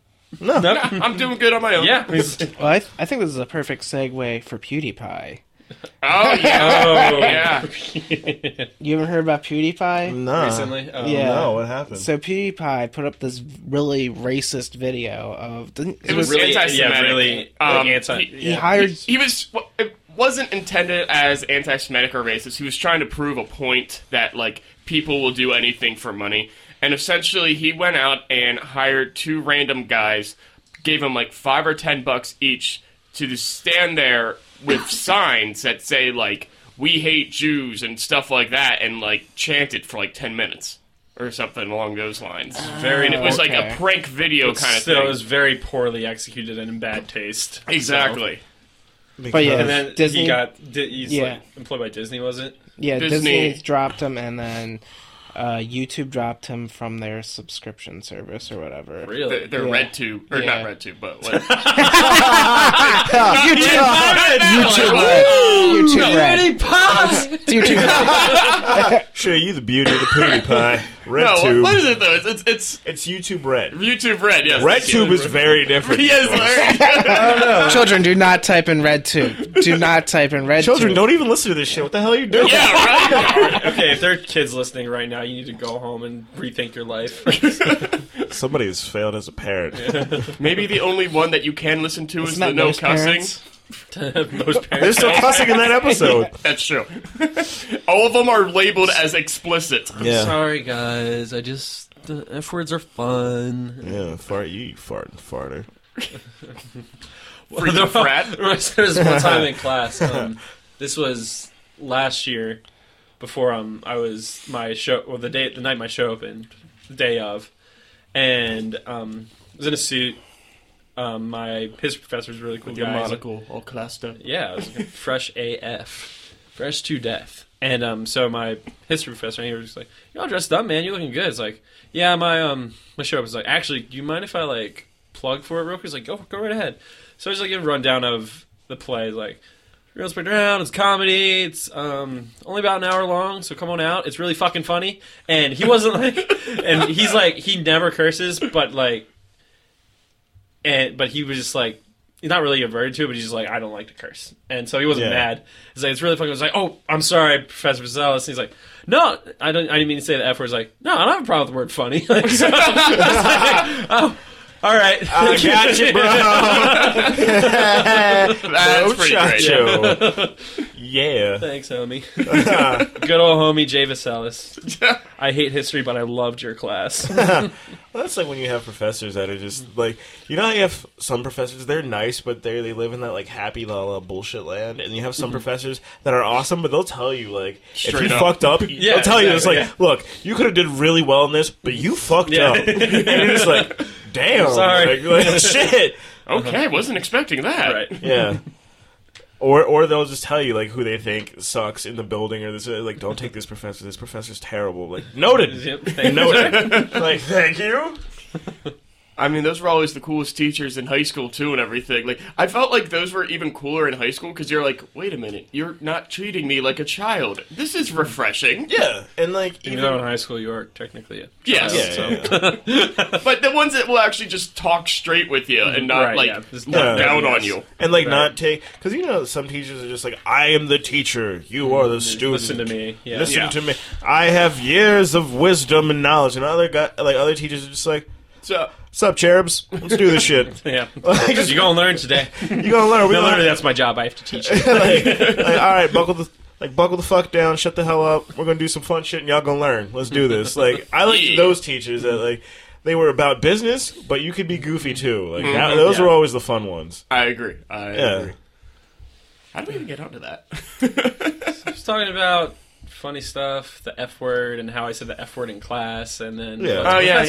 S1: No,
S2: no,
S4: I'm doing good on my own.
S2: yeah. He's-
S3: Well, I, th- I think this is a perfect segue for PewDiePie.
S4: Oh yeah.
S2: oh
S4: Yeah.
S3: You haven't heard about PewDiePie?
S1: nah.
S2: Recently, oh,
S3: Yeah.
S1: No, what happened?
S3: So PewDiePie put up this really racist video of didn't,
S4: It was
S2: really,
S4: anti-Semitic.
S2: yeah, really like
S4: Um,
S2: anti.
S4: he-
S3: he
S2: yeah.
S3: hired
S4: He was. well, It wasn't intended as anti-Semitic or racist. He was trying to prove a point that like people will do anything for money. And essentially, he went out and hired two random guys, gave them like five or ten bucks each to just stand there with signs that say like "We hate Jews" and stuff like that, and like chant it for like ten minutes or something along those lines.
S2: very.
S4: and it was like
S3: okay.
S4: a prank video kind of
S2: so
S4: thing.
S2: it was very poorly executed and in bad taste.
S4: exactly.
S3: But yeah,
S2: So- and then
S3: Disney-
S2: he got di- he's
S3: Yeah.
S2: like employed by Disney, was it?
S3: Yeah,
S4: Disney-
S3: Disney, dropped him, and then uh, YouTube dropped him from their subscription service or whatever.
S2: Really?
S4: The, the
S3: Yeah.
S4: red tube, or
S3: Yeah.
S4: not red tube, but what?
S3: YouTube, YouTube Red, YouTube Red, YouTube Red.
S1: show you the beauty of the PewDiePie.
S4: No,
S1: RedTube.
S4: what is it though? It's it's,
S1: It's
S4: it's
S1: YouTube Red.
S4: YouTube Red. Yes,
S1: RedTube is very different.
S4: Yes, Larry.
S3: Children, do not type in Red Tube. Do not type in Red
S1: Children,
S3: Tube.
S1: don't even listen to this shit. What the hell are you doing?
S4: yeah, right.
S2: okay, if there are kids listening right now, you need to go home and rethink your life.
S1: Somebody has failed as a parent.
S4: Maybe the only one that you can listen to is
S3: Isn't
S4: the
S3: that
S4: no
S3: most
S4: cussing.
S3: parents?
S2: Most
S1: They're
S2: parents.
S1: still cussing in that episode.
S4: That's true. All of them are labeled as explicit.
S2: Sorry, guys. I just the f words are fun.
S1: Yeah, fart you, you farting farter.
S4: Freaking frat.
S2: there was one time in class. Um, this was last year, before um I was my show well the day the night my show opened, the day of, and um I was in a suit. Um, my his professor was a really cool guy. He's a-
S4: all classed up.
S2: yeah, it was like fresh AF, fresh to death. And um, so my history professor, he was just like, "You're all dressed up, man. You're looking good." It's like, yeah, my um, my show up was like, actually, do you mind if I like plug for it real quick? He's like, go go right ahead. So I just like give a rundown of the play, like. Real Spread Down, it's comedy, it's um, only about an hour long, so come on out. It's really fucking funny. And he wasn't like and he's like he never curses, but like and but he was just like he's not really averted to it, but he's just like I don't like to curse, and so he wasn't
S1: Yeah.
S2: mad. He's like it's really fucking. It was like oh I'm sorry, Professor Vazelis. He's like no I don't I didn't mean to say the f word. He's like no I don't have a problem with the word funny. Like, so, I was like, oh All right.
S1: I got you, bro.
S4: That's
S1: Bro,
S4: pretty
S1: shot
S4: great.
S1: you. Yeah.
S2: Thanks, homie. Good old homie Javis Ellis. I hate history, but I loved your class.
S1: Well, that's like when you have professors that are just like you know how you have some professors they're nice but they they live in that like happy la la bullshit land and you have some professors that are awesome but they'll tell you like if
S4: Straight
S1: you
S4: up.
S1: fucked up they'll tell you it's like
S2: exactly,
S1: look you could have did really well in this but you fucked
S2: Yeah.
S1: up and you're just like damn
S2: Sorry.
S1: like, like, shit
S3: Uh-huh.
S4: Okay, wasn't expecting that.
S2: right.
S1: yeah. Or, or they'll just tell you like who they think sucks in the building or this uh, like don't take this professor this professor's terrible like noted
S2: Yep, thank you, sir.
S1: noted like thank you
S4: I mean, those were always the coolest teachers in high school too, and everything. Like, I felt like those were even cooler in high school because you're like, wait a minute, you're not treating me like a child. This is refreshing.
S1: yeah and like
S2: Even
S1: even
S2: though in high school you are technically a
S4: Yes.
S1: yeah,
S2: so-
S1: yeah, yeah.
S4: But the ones that will actually just talk straight with you and not
S2: Right,
S4: like
S2: yeah. Just
S4: look
S1: not-
S4: down
S2: yes.
S4: on you.
S1: and like
S2: Right.
S1: not take because you know some teachers are just like I am the teacher, you are the student.
S2: Mm, Listen to me. Yeah.
S1: Listen
S4: Yeah.
S1: to me. I have years of wisdom and knowledge, and other guy like other teachers are just like,
S4: So
S1: "Sup, cherubs? Let's do this shit.
S2: Yeah.
S1: Like, just-
S2: You're going to learn today.
S1: You gonna learn? We
S2: No, literally,
S1: learn.
S2: that's my job. I have to teach you.
S1: like, like, all right, buckle the." Like buckle the fuck down, shut the hell up. We're gonna do some fun shit, and y'all gonna learn. Let's do this. Like I like
S4: Yeah.
S1: those teachers that like they were about business, but you could be goofy too. Like that, those
S2: yeah.
S1: were always the fun ones.
S4: I agree. I
S1: Yeah.
S4: agree. How do we even get onto that?
S2: Just talking about funny stuff, the F word, and how I said the F word in class, and then
S1: Yeah.
S2: lots of
S4: oh yeah, yeah,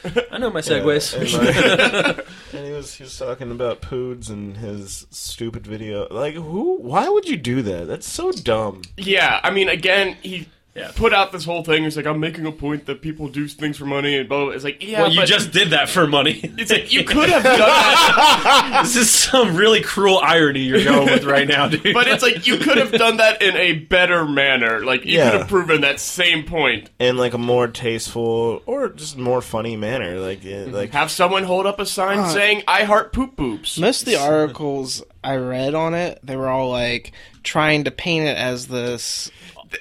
S2: professors.
S4: yeah. uh,
S2: I know my
S1: Yeah,
S2: segues.
S1: and, like- and he was he was talking about poods and his stupid video. Like who? Why would you do that? That's so dumb.
S4: Yeah, I mean, again, he
S2: Yeah.
S4: put out this whole thing. He's like, I'm making a point that people do things for money and blah. blah. It's like, yeah,
S2: Well, you
S4: but
S2: just did that for money.
S4: It's like you could have done that,
S2: this is some really cruel irony you're going with right now, dude.
S4: but it's like you could have done that in a better manner. Like you
S1: Yeah.
S4: could have proven that same point.
S1: In like a more tasteful or just more funny manner. Like yeah, like
S4: Have someone hold up a sign
S3: Uh,
S4: saying "I heart poop boobs."
S3: Most of the articles I read on it, they were all like trying to paint it as this.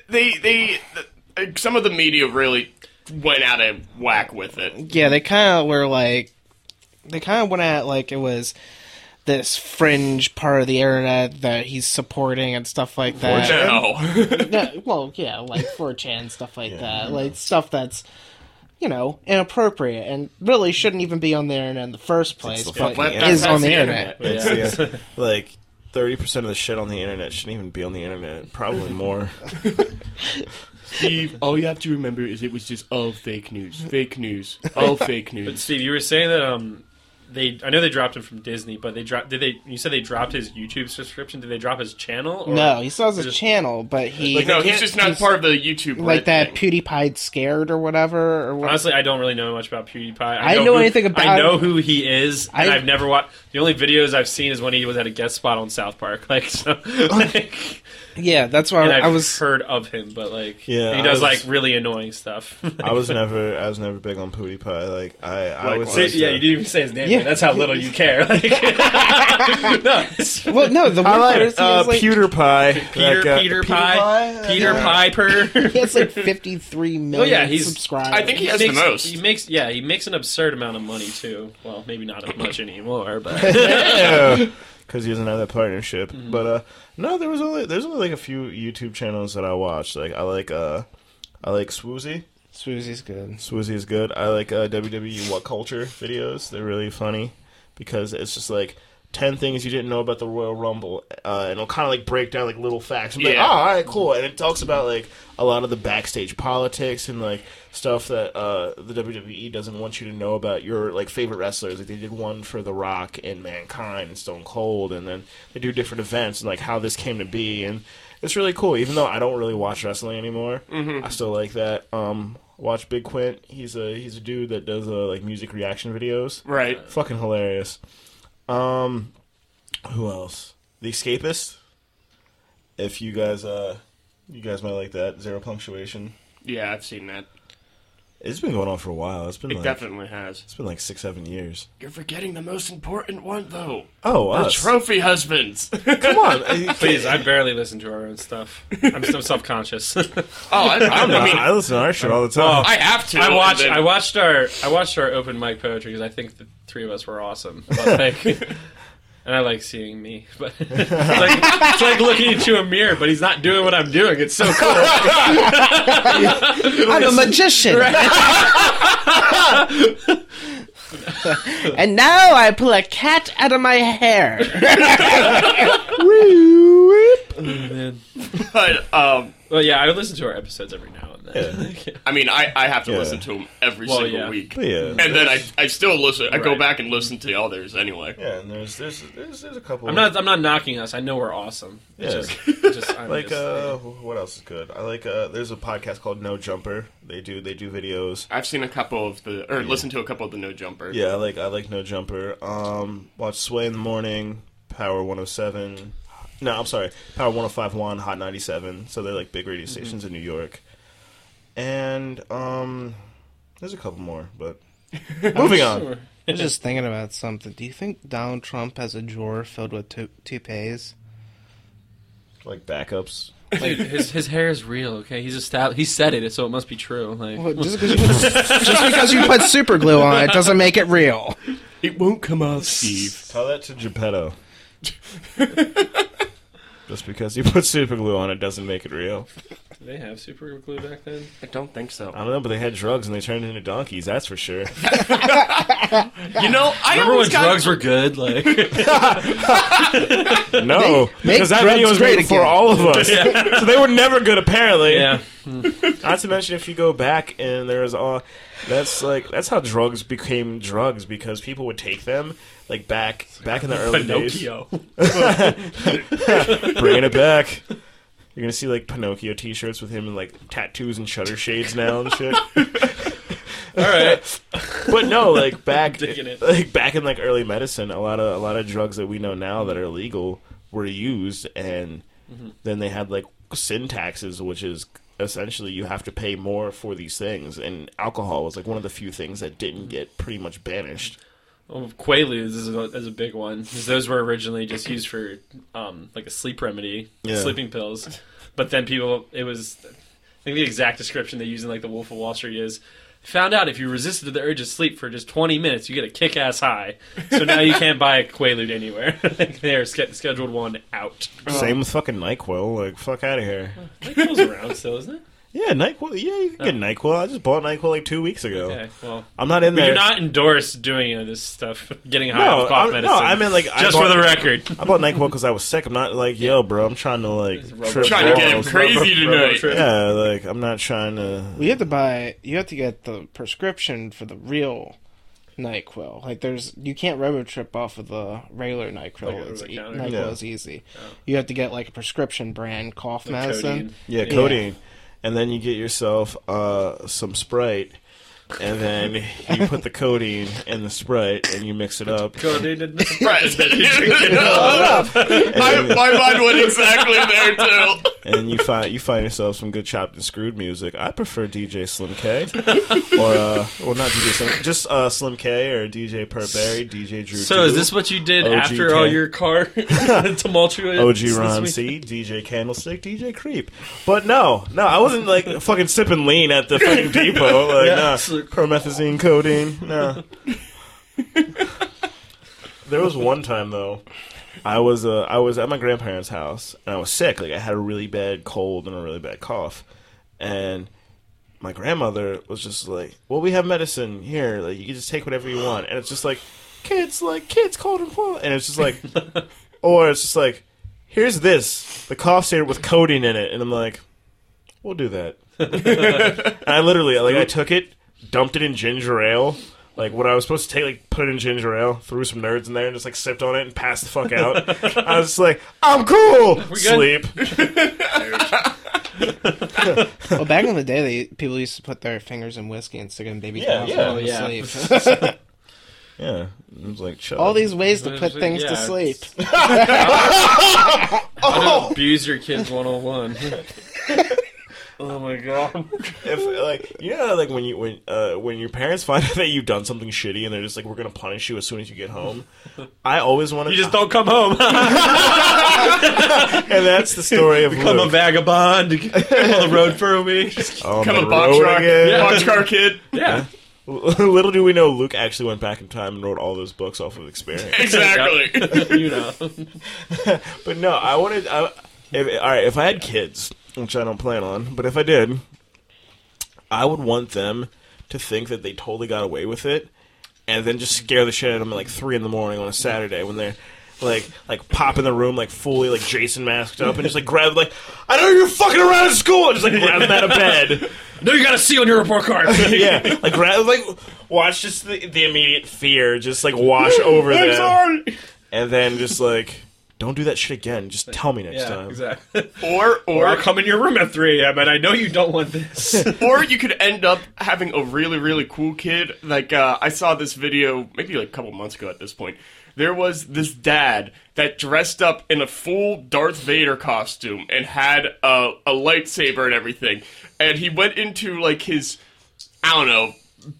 S4: They, they, th- some of the media really went out of whack with it.
S3: Yeah, they kind of were like, they kind of went at it like it was this fringe part of the internet that he's supporting and stuff like that.
S4: No,
S3: No, well, yeah, like 4chan stuff like that, like stuff that's you know inappropriate and really shouldn't even be on the internet in the first place,
S1: the
S3: but
S1: fucking
S3: is
S4: internet.
S3: on the
S4: That's the
S3: internet.
S4: internet.
S2: Yeah.
S1: it's, yeah, like. Thirty percent of the shit on the internet shouldn't even be on the internet. Probably more.
S4: Steve, all you have to remember is it was just all fake news, fake news, all fake
S2: But
S4: news.
S2: Steve, you were saying that um, they I know they dropped him from Disney, but they dropped did they? You said they dropped his YouTube subscription. Did they drop his channel? Or,
S3: No, he still has a
S2: Just-
S3: channel, but he
S1: Like,
S3: like,
S4: No, he's
S1: can't-
S4: just not part of the YouTube red
S3: that
S4: thing.
S3: PewDiePie scared or whatever or what.
S2: Honestly, I don't really know much about PewDiePie.
S3: I know
S2: who-
S3: anything about-
S2: I know who he is, and
S3: I-
S2: I've never watched. The only videos I've seen is when he was at a guest spot on South Park. Like, so, like
S3: yeah, that's why
S2: and
S3: Oh. I,
S2: I've
S3: was.
S2: heard of him, but like,
S1: Yeah, I
S2: he
S1: was-
S2: does like really annoying stuff.
S1: I was never, I was never big on PewDiePie. Like I, I would
S4: Likewise.
S2: See,
S1: say,
S2: yeah, you didn't even say his name.
S3: uh, Yeah.
S2: man. That's how little you care. Like, no, it's-
S3: Well, no, the
S1: I
S3: one
S1: like
S3: person
S1: uh,
S3: like,
S1: PewDiePie. That
S2: Peter,
S1: guy-
S2: Peter Pie,
S1: PewDiePie?
S2: Peter
S1: Yeah.
S2: Piper.
S3: he has like 53 million
S2: yeah, he's-
S3: subscribers.
S4: I think he has
S2: makes,
S4: the most.
S2: He makes yeah, he makes an absurd amount of money too. Well, maybe not as much anymore, but
S1: because he doesn't have that partnership.
S2: Mm-hmm.
S1: But uh, no, there was only there's only like a few YouTube channels that I watch. Like I like uh, I like Swoozy.
S3: Swoozy's good.
S1: Swoozy is good. I like uh, WWE What Culture videos. They're really funny because it's just like. 10 things you didn't know about the Royal Rumble, uh, and it'll kind of like break down like little facts. And be like,
S4: Yeah.
S1: oh, all right, cool. And it talks about like a lot of the backstage politics and like stuff that uh, the WWE doesn't want you to know about your like favorite wrestlers. Like they did one for The Rock and Mankind and Stone Cold, and then they do different events and like how this came to be. And it's really cool. Even though I don't really watch wrestling anymore, I still like that. Um, watch Big Quint. He's a he's a dude that does uh, like music reaction videos.
S4: Right.
S1: Fucking hilarious. Um, who else? The Escapist. If you guys, uh, you guys might like that zero punctuation.
S4: Yeah, I've seen that.
S1: It's been going on for a while. It's been
S4: It
S1: like
S4: definitely has.
S1: it's been like six, seven years.
S4: You're forgetting the most important one, though.
S1: Oh,
S4: The
S1: us.
S4: trophy husbands.
S1: Come on, I-
S2: Please, I barely listen to our own stuff. I'm so self-conscious.
S4: oh, I, I,
S1: I'm
S4: I
S1: not-
S4: mean,
S1: I listen to our shit all the time.
S4: I have to.
S2: I watched.
S4: and then-
S2: I watched our. I watched our open mic poetry because I think the three of us were awesome. But like, and I like seeing me, but it's like, it's like looking into a mirror, but he's not doing what I'm doing. It's so cool.
S3: I'm a magician. and now I pull a cat out of my hair.
S4: But, um,
S2: Well, yeah, I listen to our episodes every now and then.
S4: I mean, I, I have to
S1: Yeah.
S4: listen to them every
S2: Well,
S4: single
S2: yeah.
S4: week.
S1: But yeah,
S4: And then I, I still listen. I go
S2: Right.
S4: back and listen to the others anyway.
S1: yeah, and there's there's there's, there's a couple.
S2: I'm not. I'm not knocking us. I know we're awesome. It's
S1: Yeah.
S2: just, it's just I'm
S1: like
S2: just,
S1: uh, wh- what else is good? I like uh, there's a podcast called No Jumper. They do they do videos.
S4: I've seen a couple of the, or listened to a couple of the No Jumper.
S1: Yeah, I like I like No Jumper. Um, watch Sway in the morning, Power 107. No, I'm sorry, Power 105.1, Hot 97. So they're like big
S3: Mm-hmm.
S1: radio stations in New York. And um, there's a couple more, but moving on.
S2: sure.
S3: I'm just thinking about something. Do you think Donald Trump has a drawer filled with tou- toupees?
S1: Like backups.
S2: Dude, his his hair is real. Okay, he's established. He said it, so it must be true. Like,
S3: Well, just, because you put, just because you put super glue on it doesn't make it real.
S4: It won't come off, Steve.
S1: Tell that to Geppetto. Just because you put super glue on it doesn't make it real.
S2: did they have super glue back then?
S4: I don't think so.
S1: I don't know, but they had drugs and they turned into donkeys. That's for sure.
S4: you know, I
S2: Remember
S4: always
S2: when
S4: got-
S2: drugs were good? Like,
S1: No,
S3: Make-
S1: because
S3: make
S1: that video
S3: drugs
S1: was
S3: great
S1: made for
S3: again.
S1: all of us. So they were never good, apparently.
S2: yeah.
S1: Not to mention, if you go back and there's all that's like that's how drugs became drugs because people would take them like back back in the early days.
S2: Pinocchio.
S1: Bringing it back. You're gonna see like Pinocchio T-shirts with him and like tattoos and shutter shades now and shit.
S2: All right.
S1: But no, like back
S2: Digging it.
S1: like back in like early medicine, a lot of a lot of drugs that we know now that are illegal were used, and
S2: Mm-hmm.
S1: then they had like sin taxes, which is essentially you have to pay more for these things. And alcohol was like one of the few things that didn't get pretty much banished.
S2: Well, Oh, Quaaludes is a, is a big one. 'cause Those were originally just used for um, like a sleep remedy,
S1: Yeah.
S2: sleeping pills. But then people, it was, I think the exact description they use in like The Wolf of Wall Street is, found out if you resisted to the urge to sleep for just 20 minutes, you get a kick-ass high. So now you can't buy a Quaalude anywhere. like they are ske- scheduled one out.
S1: Same with fucking Nyquil. Like fuck out of here.
S2: Nyquil's around still, isn't it?
S1: Yeah, Nyquil. Yeah, you can get Nyquil. I just bought Nyquil like two weeks ago.
S2: Okay, well.
S1: I'm not in
S2: We
S1: there.
S2: do not endorse doing any of this stuff, getting high
S1: No,
S2: off cough
S1: I'm- no,
S2: medicine.
S1: I meant, like, I
S2: just
S1: bought-
S2: for the record.
S1: I bought Nyquil because I was sick. I'm not like yo, bro. I'm trying to like
S2: rubber-
S1: trip
S4: trying to get him
S1: balls.
S4: crazy tonight.
S1: Yeah, like I'm not trying to.
S3: Well, you have to buy. You have to get the prescription for the real Nyquil. Like, there's you can't robo trip off of the regular Nyquil.
S2: over
S3: it's
S2: the
S3: e-
S2: counter. Oh.
S3: Nyquil
S1: Yeah.
S3: is easy. You have to get like a prescription brand cough medicine.
S2: codeine.
S1: Yeah, codeine. And then you get yourself uh, some Sprite, and then you put the codeine in the Sprite, and you mix it up.
S2: Codeine.
S4: Right. my, my mind went exactly there, too.
S1: And you find you find yourself some good chopped and screwed music. I prefer DJ Slim K, or uh, well, not DJ Slim, just uh, Slim K or DJ Perberry, DJ Drew.
S2: So is
S1: Two,
S2: this what you did
S1: OG
S2: after all
S1: Ken.
S2: your car tumultuous?
S1: OG
S2: this
S1: Ron
S2: week?
S1: C, DJ Candlestick, DJ Creep? But no, no, I wasn't like fucking sipping lean at the fucking depot. Like, nah, promethazine, codeine, nah. there was one time though, I was uh, I was at my grandparents' house and I was sick. Like I had a really bad cold and a really bad cough, and my grandmother was just like, "Well, we have medicine here. Like you can just take whatever you want." And it's just like, kids, like kids, cold and cold, and it's just like, or it's just like, here's this, the cough syrup with codeine in it, and I'm like, we'll do that. and I literally like I took it, dumped it in ginger ale. Like what I was supposed to take, like put it in ginger ale, threw some nerds in there, and just like sipped on it and passed the fuck out. I was just like, "I'm cool." Sleep.
S3: Well, back in the day, they, people used to put their fingers in whiskey and stick it in baby
S1: Yeah,
S3: cows
S1: yeah,
S3: yeah,
S2: yeah.
S3: to sleep.
S1: Yeah, I was like, chill.
S3: All these ways to
S2: There's
S3: put
S2: like-
S3: things
S2: yeah,
S3: to sleep.
S2: How to abuse your kids 101. Oh my god.
S1: if like you know like when you when uh when your parents find out that you've done something shitty and they're just like we're gonna punish you as soon as you get home i always want to
S2: You just don't come home.
S1: and that's the story of
S2: Become a
S1: Luke.
S2: vagabond. On the road for a week.
S1: On
S4: Come
S1: the
S4: a box
S1: road
S4: truck,
S1: again.
S4: box car kid.
S2: Yeah.
S1: little do we know luke actually went back in time and wrote all those books off of experience
S4: Exactly.
S2: you know.
S1: But no, I wanted. I, if, all right, if I had kids, which I don't plan on, but if I did, I would want them to think that they totally got away with it, and then just scare the shit out of them at like three in the morning on a Saturday when they're. Like, like, pop in the room, like fully, like Jason masked up, and just like grab, like, I know you're fucking around at school, and just like grab them out of bed.
S2: No, you got a C on your report card.
S1: Yeah, like grab, like watch just the, the immediate fear just like wash over them, and then just like, don't do that shit again. Just tell me next
S2: yeah,
S1: time.
S2: exactly.
S4: Or
S2: Or
S4: or
S2: come in your room at 3 a.m. and I know you don't want this.
S4: or you could end up having a really really cool kid like uh, i saw this video maybe like a couple months ago at this point there was this dad that dressed up in a full darth vader costume and had a, a lightsaber and everything and he went into like his i don't know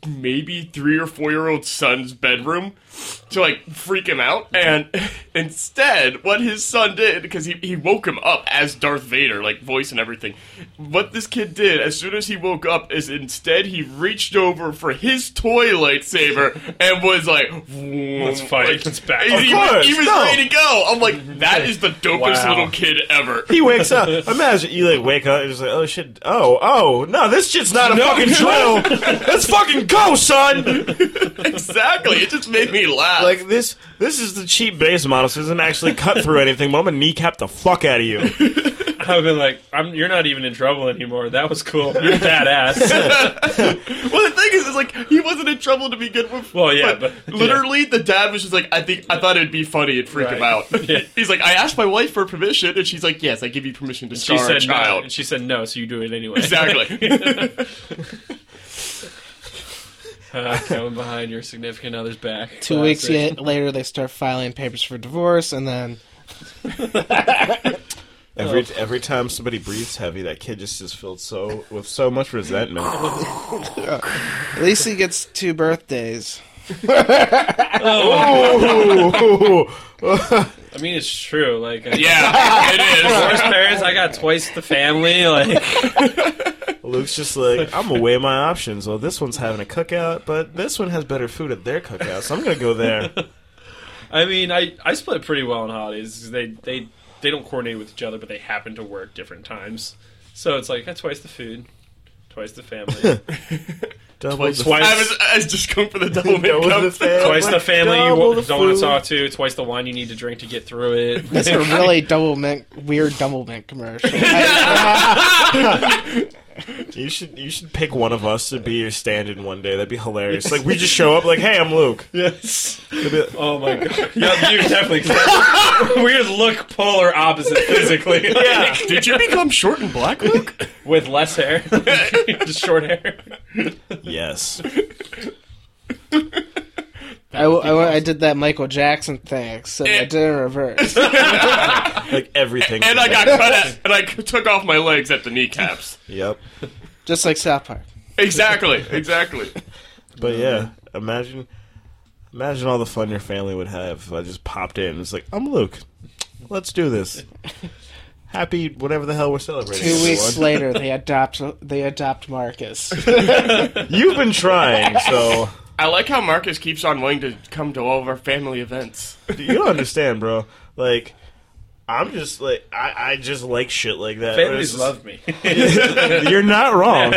S4: maybe three or four year old son's bedroom to like freak him out and instead what his son did because he, he woke him up as darth vader like voice and everything what this kid did as soon as he woke up is instead he reached over for his toy lightsaber and was like
S2: Let's fight. Let's back.
S4: he,
S1: Of course,
S4: he was
S1: no.
S4: ready to go i'm like that is the dopest
S2: Wow.
S4: little kid ever
S1: He wakes up. Imagine you like wake up and just like, oh shit, oh oh no, this shit's not a fucking drill. Let's fucking go, son.
S4: exactly it just made me laugh
S1: Like this, this is the cheap bass model. So it doesn't actually cut through anything. But I'm gonna kneecap the fuck out of you.
S2: I've been like, I'm, you're not even in trouble anymore. That was cool. You're badass.
S4: Well, the thing is, is like he wasn't in trouble to begin with.
S2: Well, yeah, but-
S4: literally, the dad was just like, "I think I thought it'd be funny and freak him
S2: Right.
S4: out."
S2: Yeah.
S4: He's like, "I asked my wife for permission, and she's like, yes, I give you permission to
S2: she
S4: scar a
S2: said no.
S4: child.'"
S2: And she said no, so you do it anyway.
S4: Exactly.
S2: Uh, going behind your significant other's back.
S3: Two weeks yet, later, they start filing papers for divorce, and then
S1: Every every time somebody breathes heavy, that kid just is filled so with so much resentment.
S3: at least he gets two birthdays.
S1: Ooh.
S2: I mean, it's true. Like, I-
S4: yeah, it
S2: Divorced parents, I got twice the family. Like,
S1: Luke's just like, I'm gonna weigh my options. Well, this one's having a cookout, but this one has better food at their cookout, so I'm gonna go there.
S2: I mean, I, I split pretty well on holidays. 'cause They they they don't coordinate with each other, but they happen to work different times. So it's like that's twice the food, twice the family,
S1: Double
S4: is.
S1: the
S4: I was, I was just going for the double
S1: Double
S4: income.
S1: the fam-
S2: twice the family you
S1: Double
S2: wa-
S1: the
S2: don't want
S1: food.
S2: to talk to, twice the wine you need to drink to get through it.
S3: That's a really double mint, weird double mint commercial. I-
S1: You should you should pick one of us to be your stand-in one day. That'd be hilarious. Like we just show up, like, hey, I'm Luke.
S2: yes.
S1: They'd be like,
S2: Oh my god. Yeah, you definitely. we just look polar opposite physically.
S1: yeah.
S4: Did you become short and black, Luke?
S2: With less hair, just short hair.
S1: Yes.
S3: I, I- I did that Michael Jackson thing, so I did it in reverse.
S1: Like everything.
S4: and I got cut at, and I took off my legs at the kneecaps.
S1: Yep.
S3: Just like South Park.
S4: Exactly, exactly.
S1: But yeah, imagine imagine all the fun your family would have if I just popped in. It's like I'm Luke. Let's do this. Happy whatever the hell we're celebrating.
S3: Two weeks
S1: everyone.
S3: later, they adopt they adopt Marcus.
S1: You've been trying, so
S4: I like how Marcus keeps on willing to come to all of our family events.
S1: you don't understand, bro. Like. I'm just like I, I just like shit like that. Where it's
S2: Families
S1: just-
S2: love me.
S1: You're not wrong.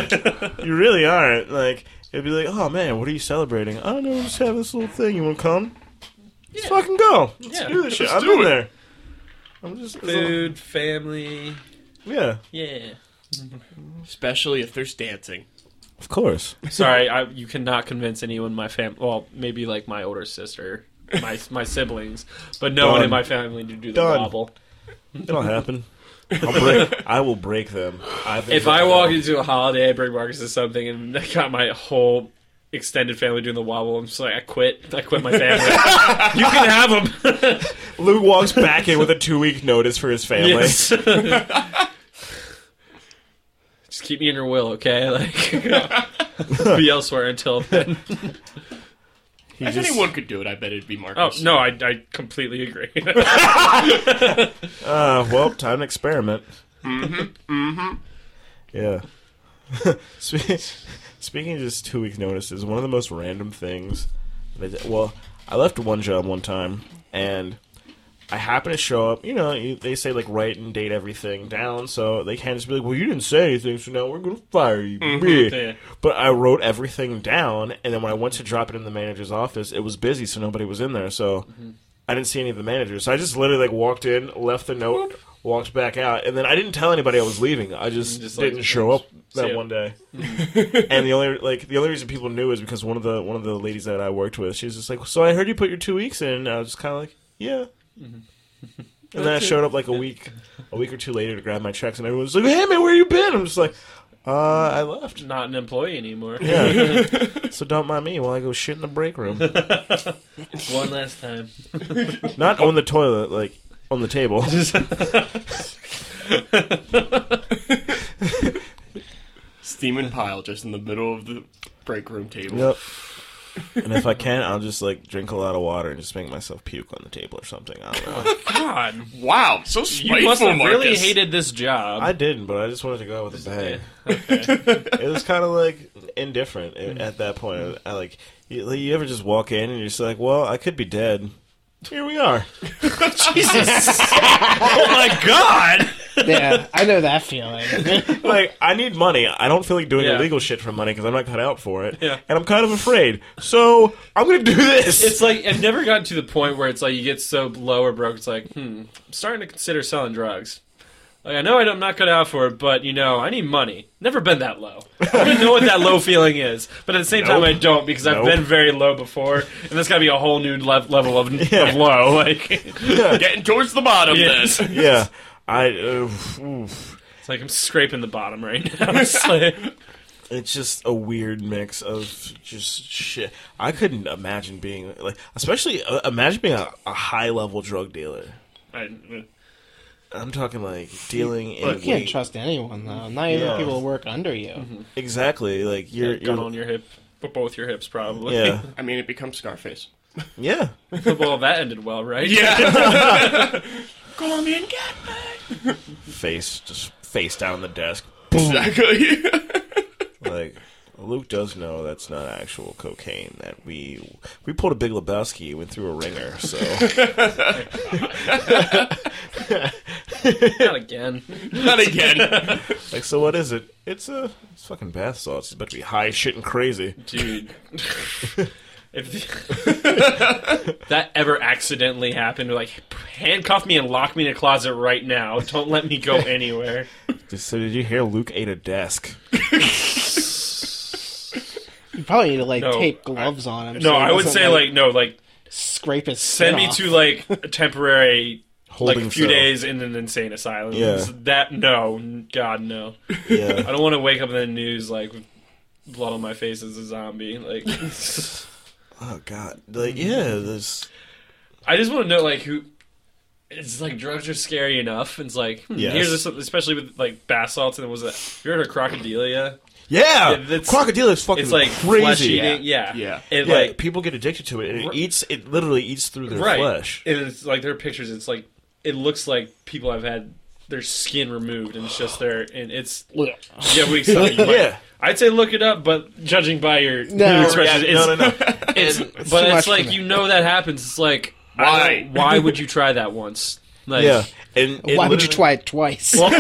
S1: You really aren't. Like it'd be like, oh man, what are you celebrating? I don't know. we just have this little thing. You want to come? Let's fucking go. Let's
S2: Yeah,
S1: do this shit.
S4: let's
S1: I'm
S4: do
S1: in
S4: it.
S1: there. I'm just it's all-
S2: Food, family,
S1: yeah.
S2: yeah.
S4: Especially if there's dancing.
S1: Of course.
S2: Sorry, I, you cannot convince anyone in my family. Well, maybe like my older sister, my my siblings, but no one
S1: Done.
S2: in my family to do the
S1: Done.
S2: wobble.
S1: It'll happen. I'll break. I will break them. I've been
S2: If I
S1: breaking
S2: walk
S1: them.
S2: into a holiday, I bring Marcus to something, and I got my whole extended family doing the wobble. I'm just like, I quit. I quit my family. you can have them.
S1: Luke walks back in with a two week notice for his family.
S2: Yes. just Just keep me in your will, okay? Like, be elsewhere until then.
S4: if anyone could do it, I bet it'd be
S2: Oh
S4: Marcus.
S2: no, I, I completely agree.
S1: Uh, well, time to experiment. Mm-hmm. Yeah. Spe- Speaking of just two week notices, one of the most random things. that I did- Well, I left one job one time, and I happened to show up. You know, you, they say like write and date everything down, so they can't just be like, "Well, you didn't say anything, so now we're gonna fire you." Yeah.
S2: yeah.
S1: But I wrote everything down, and then when I went to drop it in the manager's office, it was busy, so nobody was in there. So I didn't see any of the managers. So I just literally like walked in, left the note, walked back out, and then I didn't tell anybody I was leaving. I just,
S2: Just, like,
S1: didn't show up
S2: see
S1: that
S2: ya.
S1: one day. and the only like the only reason people knew is because one of the one of the ladies that I worked with, she was just like, "So I heard you put your two weeks in." And I was just kind of like, "Yeah." And then I showed up like a week, a week or two later to grab my checks, and everyone was like, "Hey man, where you been?" I'm just like, "Uh, I left."
S2: Not an employee anymore.
S1: Yeah. so don't mind me while I go shit in the break room.
S2: One last time.
S1: Not on the toilet, like on the table.
S4: Steaming pile just in the middle of the break room table.
S1: Yep. And if I can, I'll just like drink a lot of water and just make myself puke on the table or something. I don't know.
S2: God,
S4: Wow, so
S2: you
S4: spiteful,
S2: must have
S4: Marcus.
S2: really hated this job.
S1: I didn't, but I just wanted to go out with a bang. it was kind of like indifferent i- at that point. I like you, like, you ever just walk in and you're just like, well, I could be dead. Here we are.
S2: oh my God!
S3: Yeah, I know that feeling.
S1: like I need money. I don't feel like doing
S2: Yeah.
S1: illegal shit for money because I'm not cut out for it.
S2: Yeah.
S1: And I'm kind of afraid, so I'm gonna do this.
S2: It's like I've never gotten to the point where it's like you get so low or broke. It's like, hmm, I'm starting to consider selling drugs. Like I know I'm not cut out for it, but you know I need money. Never been that low. I don't know what that low feeling is, but at the same time I don't because
S1: Nope.
S2: I've been very low before, and that's got to be a whole new lev- level of,
S1: Yeah.
S2: of low. Like
S4: Getting towards the bottom
S2: Yeah.
S4: then.
S1: yeah. I uh, oof, oof.
S2: It's like I'm scraping the bottom right now. It's like-
S1: it's just a weird mix of just shit. I couldn't imagine being like, especially uh, imagine being a, a high level drug dealer.
S2: I-
S1: I'm talking like dealing in
S3: You can't
S1: weight.
S3: trust anyone though. Not even
S1: Yeah.
S3: people who work under you.
S2: Mm-hmm.
S1: exactly like you're,
S2: gun
S1: you're
S2: on your hip, but both your hips probably.
S1: yeah
S4: I mean, it becomes Scarface.
S1: yeah.
S2: well, that ended well, right?
S4: Yeah. Call me and get
S1: Face just face down on the desk.
S4: Exactly.
S1: Like Luke does know that's not actual cocaine. That we we pulled a Big Lebowski went through a ringer. So
S2: Not again.
S4: Not again.
S1: like, so what is it? It's a it's fucking bath salts. It's about to be high shit and crazy.
S2: dude. if that ever accidentally happened, like handcuff me and lock me in a closet right now. Don't let me go anywhere.
S1: Just- So did you hear Luke ate a desk?
S3: You probably need to like
S2: No,
S3: tape gloves on him.
S2: No,
S3: so he
S2: I would
S3: doesn't,
S2: say like no, like
S3: scrape his.
S2: send
S3: Send
S2: me to like a temporary. Like a
S1: Holding
S2: few
S1: cell.
S2: days in an insane asylum.
S1: Yeah.
S2: That no, n- God no. I
S1: Yeah.
S2: don't want to wake up in the news like with blood on my face as a zombie. Like
S1: oh god. Like yeah. This.
S2: I just want to know, like, who. It's like drugs are scary enough. and It's like hmm,
S1: Yes.
S2: here's something, especially with like bath salts and was that you heard of crocodilia?
S1: Yeah.
S2: Yeah, that's-
S1: crocodile is fucking
S2: It's like
S1: crazy.
S2: flesh eating. Yeah,
S4: Yeah.
S2: It
S1: Yeah,
S2: like
S1: people get addicted to it, and it
S2: Right.
S1: eats. It literally eats through their
S2: right.
S1: flesh.
S2: And it's like their pictures. It's like it looks like people have had their skin removed and it's just their and it's yeah. We something. you might-
S1: Yeah.
S2: I'd say look it up, but judging by your
S3: No.
S2: expressions, it's,
S1: no, no, no.
S2: it's-
S3: too
S2: but
S3: much
S2: it's
S3: for
S2: like
S3: me.
S2: you know that happens. It's like I
S4: Why?
S2: don't- Why would you try that once? Like,
S1: yeah. And it
S3: Why would you
S1: literally-
S3: try it twice?
S2: well,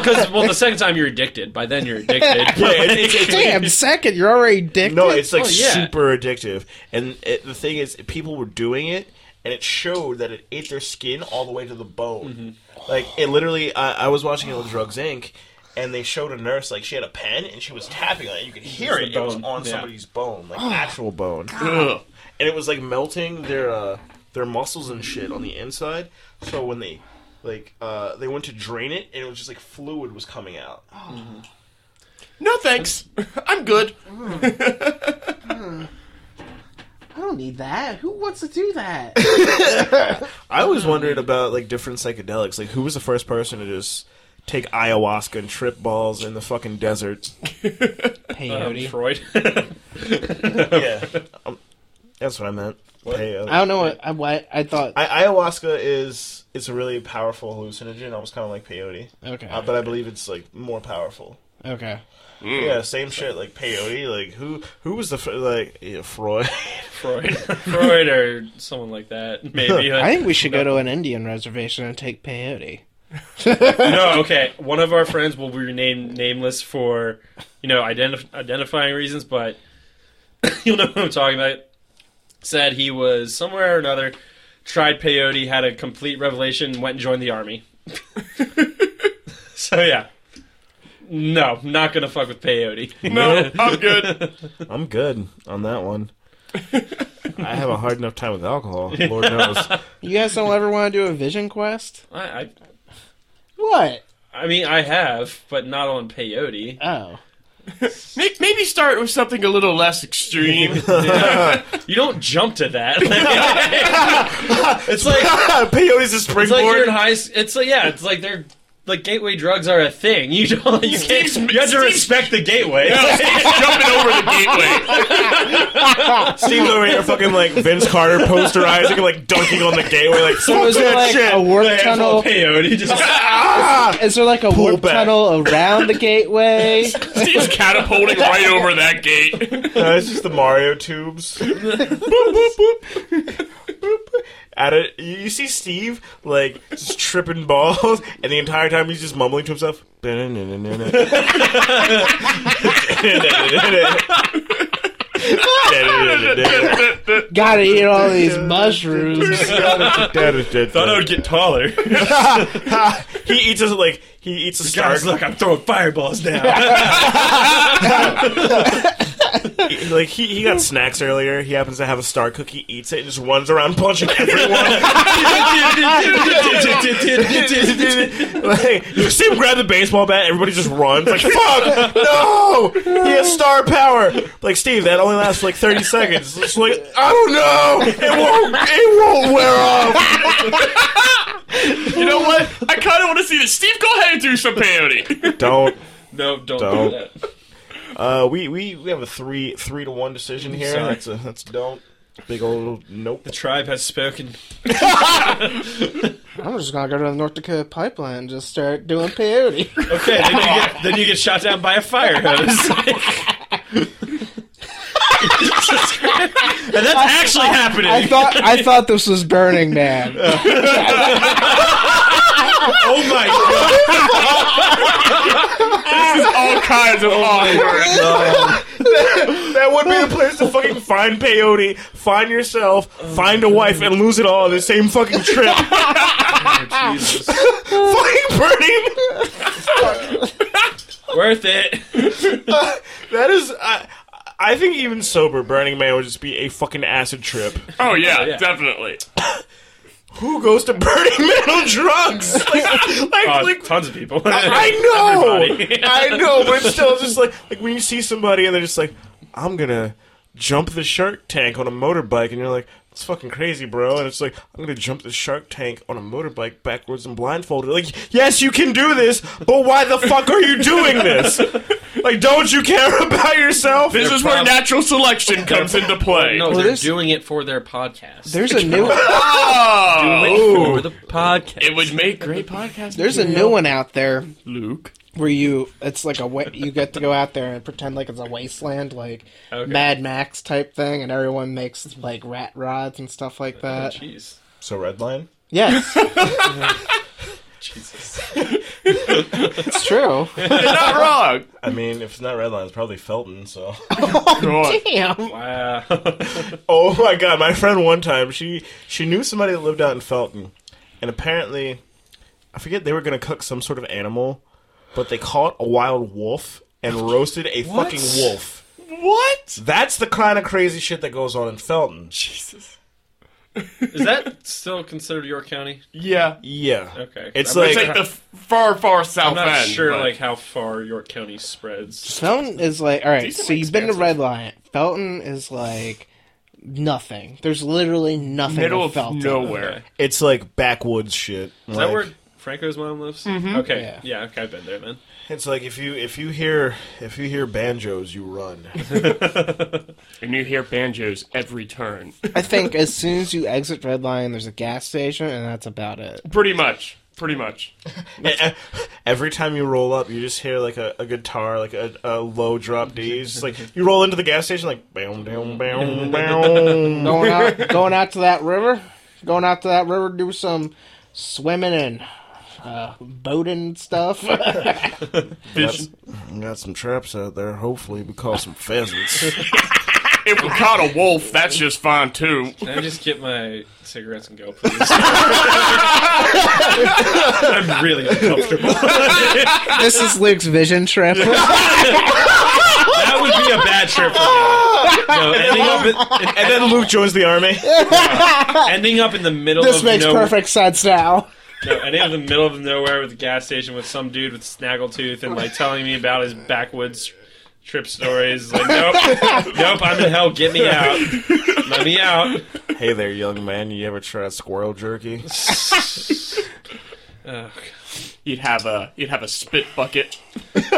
S2: because well, the second time you're addicted. By then you're addicted.
S1: Yeah, it- it- it-
S3: Damn, second, you're already addicted.
S1: No, it's like
S2: Oh, yeah.
S1: super addictive. And it, the thing is, people were doing it, and it showed that it ate their skin all the way to the bone.
S2: Mm-hmm.
S1: Like it literally, I, I was watching it on Drugs Inc. And they showed a nurse like she had a pen and she was tapping on it. You could hear
S2: the
S1: it. It was
S2: bone.
S1: on
S2: Yeah.
S1: somebody's bone,
S3: Oh,
S1: like actual bone,
S4: Ugh.
S1: and it was like melting their uh, their muscles and shit on the inside. So when they like uh, they went to drain it, and it was just like fluid was coming out.
S4: No thanks. I'm good.
S3: I don't need that. Who wants to do that?
S1: I always wondered about like different psychedelics. Like, who was the first person to just take ayahuasca and trip balls in the fucking desert.
S2: Um,
S3: Peyote.
S2: Freud.
S1: yeah, Um, that's what I meant. Peyote.
S3: I don't know what I, what I thought.
S1: I, ayahuasca is it's a really powerful hallucinogen, almost kind of like peyote,
S3: Okay.
S1: uh, but I believe it's like more powerful.
S3: Okay.
S1: Yeah, same shit like peyote. Like who who was the fir- like yeah, Freud?
S2: Freud. Freud or someone like that. Maybe.
S3: I think we should go to an Indian reservation and take peyote.
S2: no, okay. One of our friends will be named nameless for, you know, identif- identifying reasons, but you'll know who I'm talking about. Said he was somewhere or another, tried peyote, had a complete revelation, went and joined the army. so yeah, no, not gonna fuck with peyote.
S4: No, I'm good.
S1: I'm good on that one. I have a hard enough time with alcohol. Lord knows.
S3: You guys don't ever want to do a vision quest?
S2: I, I,
S3: What?
S2: I mean, I have, but not on peyote.
S3: Oh.
S4: May- Maybe start with something a little less extreme.
S2: You don't jump to that. it's like.
S1: Peyote's a
S2: It's like you're
S1: springboard.
S2: in high. s- It's like yeah. It's like they're like gateway drugs are a thing. You don't. You can't.
S4: Steve's-
S2: You have to
S4: Steve's-
S2: respect the gateway.
S4: Jumping over the gateway.
S1: Steve's over here fucking like Vince Carter posterizing and like dunking on the gateway like
S3: So is there like a warp tunnel?
S2: Peyote just
S1: Ah!
S3: Is there like a warp
S1: back.
S3: tunnel around the gateway?
S4: Steve's catapulting right over that gate.
S1: No, it's just the Mario tubes. boop, boop, boop. Boop, boop. At it, you you see Steve like just tripping balls, and the entire time he's just mumbling to himself.
S3: Gotta eat all these mushrooms.
S2: thought I would get taller.
S1: he eats a like he eats a star
S2: Guys, look, I'm throwing fireballs now.
S1: like he, he got snacks earlier. He happens to have a star cookie, eats it, and just runs around punching everyone. like you see him grab the baseball bat, everybody just runs. Like fuck, no, he has star power. Like Steve, that only lasts like thirty seconds. It's like I don't know, it won't, it won't wear off.
S4: You know what? I kind of want to see this. Steve, go ahead and do some peyote.
S1: Don't.
S2: no, don't,
S1: Don't.
S2: do that.
S1: Uh, we, we we have a three three to one decision here.
S2: Sorry.
S1: That's a that's don't. Big old nope.
S2: The tribe has spoken.
S3: I'm just gonna go to the North Dakota pipeline and just start doing peyote.
S2: Okay, then you get then you get shot down by a fire hose. and that's actually happening.
S3: I thought I thought this was Burning Man.
S1: Uh,
S2: oh my god!
S4: All kinds of awkward.
S1: That would be the place to fucking find peyote, find yourself, find a wife, and lose it all on the same fucking trip.
S2: Jesus.
S1: fucking burning.
S2: Worth it.
S1: That is. I, I think even sober, Burning Man would just be a fucking acid trip.
S4: Oh yeah,
S2: yeah.
S4: definitely.
S1: Who goes to Burning Man on drugs? Like, like,
S2: Uh,
S1: like
S2: tons of people.
S1: I know,
S2: Everybody.
S1: I know, but it's still just like like when you see somebody and they're just like, I'm gonna jump the Shark Tank on a motorbike, and you're like, it's fucking crazy, bro. And it's like, I'm gonna jump the Shark Tank on a motorbike backwards and blindfolded. Like, yes, you can do this, but why the fuck are you doing this? Like, don't you care about yourself?
S4: This is where
S2: prob-
S4: natural selection comes into play.
S2: No,
S3: Well,
S2: they're
S3: there's-
S2: doing it for their podcast.
S3: There's a new
S4: Oh,
S2: for the podcast.
S4: it would make great podcast.
S3: there's a new one out there
S4: Luke.
S3: where you it's like a wa- you get to go out there and pretend like it's a wasteland like
S2: Okay.
S3: Mad Max type thing and everyone makes like rat rods and stuff like
S4: Uh,
S3: that.
S2: Jeez.
S1: So Redline.
S3: Yes,
S2: Jesus.
S3: it's true.
S4: You're not wrong.
S1: I mean, if it's not Redline, it's probably Felton. So.
S4: God.
S3: Damn.
S2: Wow.
S1: Oh my god, my friend one time she she knew somebody that lived out in Felton, and apparently, I forget they were gonna cook some sort of animal, but they caught a wild wolf and roasted a fucking wolf.
S4: What?
S1: That's the kind of crazy shit that goes on in Felton.
S4: Jesus.
S2: Is that still considered York County?
S4: Yeah.
S1: Yeah,
S2: Okay.
S1: It's
S2: I'm not
S1: like-
S4: It's
S2: sure-
S4: like the f- far, far south
S2: I'm not
S4: end.
S2: sure
S4: but-
S2: like how far York County spreads.
S3: Felton is like all right.
S4: Decently
S3: So you've been to Red
S4: expansive.
S3: Lion. Felton is like nothing. There's literally nothing.
S4: middle
S3: in
S4: of
S3: Felton.
S4: nowhere.
S1: it's like backwoods shit.
S2: Is that where Franco's mom lives? Okay.
S3: Yeah.
S2: Yeah. okay, I've been there, man.
S1: It's like if you if you hear if you hear banjos, you run.
S4: And you hear banjos every turn.
S3: I think as soon as you exit Red Lion, there's a gas station, and that's about it.
S4: pretty much. Pretty much.
S1: E-, Every time you roll up, you just hear like a, a guitar, like a, a low drop D. It's just like you roll into the gas station, like bam, bam, bam, bam.
S3: Going out, going out to that river, going out to that river, do some swimming and uh, boating stuff.
S4: Fish-
S1: Got some traps out there. Hopefully, we caught some pheasants.
S4: If we caught a wolf, that's just fine too.
S2: Can I just get my cigarettes and go, please? I'm really uncomfortable.
S3: this is Luke's vision trip.
S2: That would be a bad trip for me. No, ending up, in,
S1: and then Luke joins the army.
S2: ending up in the middle
S3: this
S2: of
S3: makes
S2: nowhere,
S3: perfect sense now.
S2: No, ending up in the middle of nowhere with a gas station with some dude with snaggletooth and like telling me about his backwoods trip stories. Like, nope, nope, I'm in hell. Get me out. Let me out.
S1: Hey there, young man. You ever tried squirrel jerky?
S2: Ugh,
S4: You'd have a you'd have a spit bucket.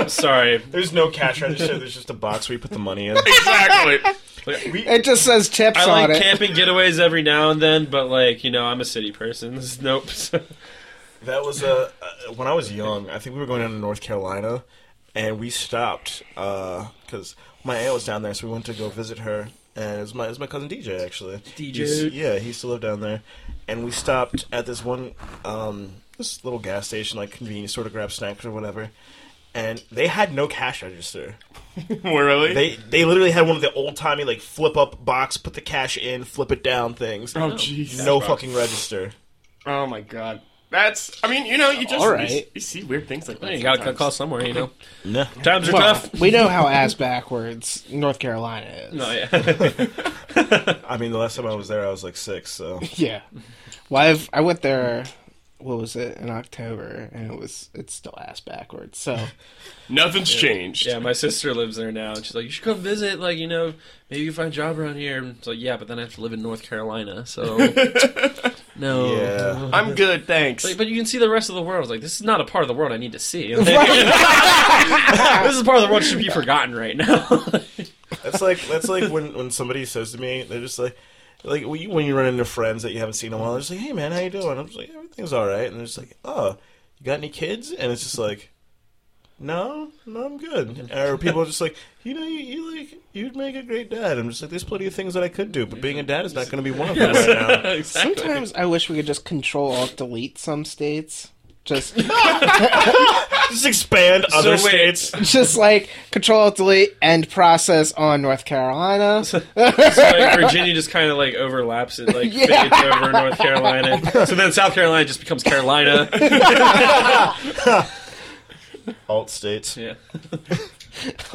S2: sorry.
S1: There's no cash register. There's just a box where you put the money in.
S4: Exactly.
S3: It just says chips
S2: I
S3: on
S2: like
S3: it.
S2: camping getaways every now and then, but like you know, I'm a city person. This is- Nope.
S1: That was uh, uh, when I was young. I think we were going down to North Carolina, and we stopped because my aunt was down there, so we went to go visit her. And it was my it was my cousin DJ actually.
S2: DJ.
S1: He's- yeah, he used to live down there, and we stopped at this one um, this little gas station, like convenience store to grab snacks or whatever. And they had no cash register.
S4: really?
S1: They they literally had one of the old timey like flip up box, put the cash in, flip it down things.
S4: oh jeez.
S1: no fucking register.
S4: Oh my god. That's. I mean, you know, you just
S3: All
S4: you
S3: right.
S4: s- you, see weird things like that.
S2: you gotta cut
S4: sometimes.
S2: call somewhere, you know.
S1: No.
S2: Times are
S3: Well,
S2: tough.
S3: we know how ass backwards North Carolina is.
S2: No, yeah.
S1: I mean, the last time I was there, I was like six. So
S3: Yeah. Well, I've, I went there. What was it in October? And it was it's still ass backwards. So
S4: Nothing's changed.
S2: yeah, my sister lives there now, and she's like, "You should come visit. Like, you know, maybe you find a job around here." And it's like, "Yeah, but then I have to live in North Carolina, so no." Oh.
S1: yeah.
S4: I'm good, thanks.
S2: Like, but you can see the rest of the world. I was like, this is not a part of the world I need to see. Like, this is part of the world that should be forgotten right now.
S1: That's like that's like when when somebody says to me, they're just like. Like when you- when you run into friends that you haven't seen in a while, they're just like, "Hey man, how you doing?" I'm just like, "Everything's all right," and they're just like, "Oh, you got any kids?" And it's just like, "No, no, I'm good." Or people are just like, "You know, you, you like you'd make a great dad." I'm just like, "There's plenty of things that I could do, but being a dad is not going to be one of them right now."
S2: exactly.
S3: sometimes I wish we could just control alt delete some states. Just
S1: Just expand other
S2: So wait.
S1: states.
S3: just like control alt delete end process on North Carolina.
S2: So, like, Virginia just kind of like overlaps it, like
S3: Yeah.
S2: fades over North Carolina. So then South Carolina just becomes Carolina.
S1: Alt states.
S2: Yeah.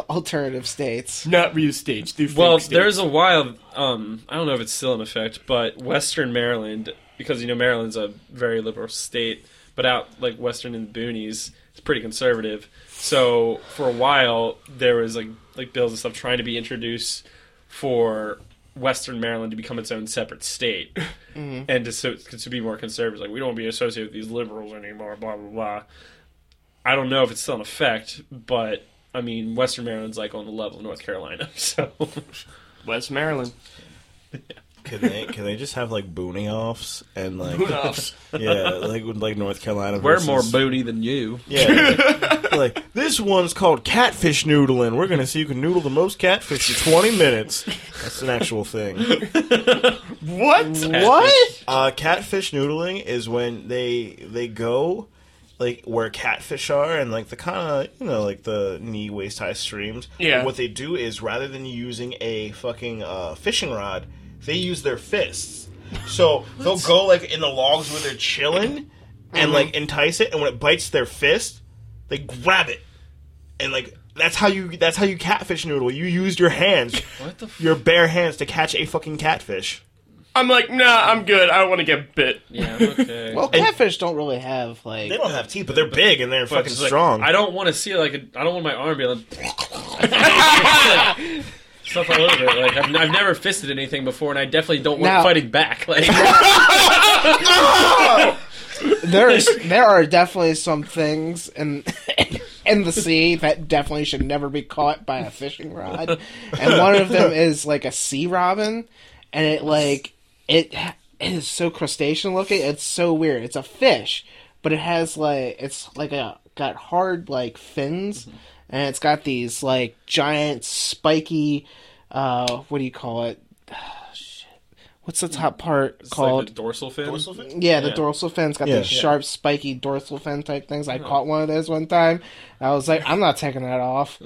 S3: Alternative states.
S4: Not restaged. They're
S2: Well,
S4: fake
S2: there's a while. Um, I don't know if it's still in effect, but Western Maryland, because you know Maryland's a very liberal state, but out like Western in the boonies, it's pretty conservative. So for a while, there was like like bills and stuff trying to be introduced for Western Maryland to become its own separate state and to, so, to be more conservative. Like we don't want to be associated with these liberals anymore. Blah blah blah. I don't know if it's still in effect, but. I mean, Western Maryland's like on the level of North Carolina, so
S4: states. West Maryland.
S1: Can they can they just have like boonie offs and like
S4: Who knows?
S1: yeah like with, like North Carolina?
S2: We're more
S1: versus-
S2: booty than you.
S1: Yeah. like, this one's called catfish noodling. We're going to see who can noodle the most catfish in 20 minutes. That's an actual thing.
S4: what?
S3: What?
S1: Uh, catfish noodling is when they they go like where catfish are and like the kind of you know like the knee waist high streams.
S4: Yeah.
S1: And what they do is rather than using a fucking uh, fishing rod, they use their fists. So they'll go like in the logs where they're chilling and like entice it, and when it bites their fist, they grab it and like. That's how you. That's how you catfish noodle. You used your hands,
S2: What the? F-
S1: your bare hands, to catch a fucking catfish.
S4: I'm like, nah, I'm good. I don't want to get bit.
S2: yeah. Okay.
S3: Well, catfish don't really have like
S1: They don't have teeth, but they're big and they're
S2: But
S1: fucking
S2: it's like,
S1: strong.
S2: I don't want to see like a, I don't want my arm to be like stuff all over it. Like I've, I've never fisted anything before, and I definitely don't want
S3: Now-
S2: fighting back. Like
S3: there is there are definitely some things in in the sea that definitely should never be caught by a fishing rod, and one of them is like a sea robin, and it like it it is so crustacean looking. It's so weird. It's a fish, but it has like it's like a got hard like fins,
S2: Mm-hmm.
S3: and it's got these like giant spiky, uh, what do you call it? Shit. What's the top part
S2: It's
S3: called?
S2: like the dorsal fin.
S1: Dorsal fin?
S3: Yeah, the
S2: Yeah.
S3: dorsal fin's got
S1: Yeah.
S3: these sharp, spiky dorsal fin type things.
S2: Mm-hmm.
S3: I caught one of those one time. I was like, I'm not taking that off.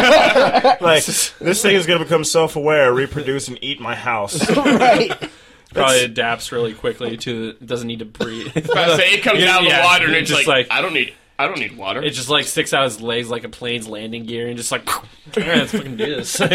S1: Like this thing is gonna become self-aware, reproduce, and eat my house.
S3: right.
S2: Probably adapts really quickly to. It doesn't need to breathe.
S4: I say it comes
S2: Yeah,
S4: out of
S2: yeah,
S4: the water and it's
S2: just
S4: like,
S2: like-
S4: I don't need I don't need water.
S2: It just like sticks out its legs like a plane's landing gear and just like, all right, let's fucking do this. you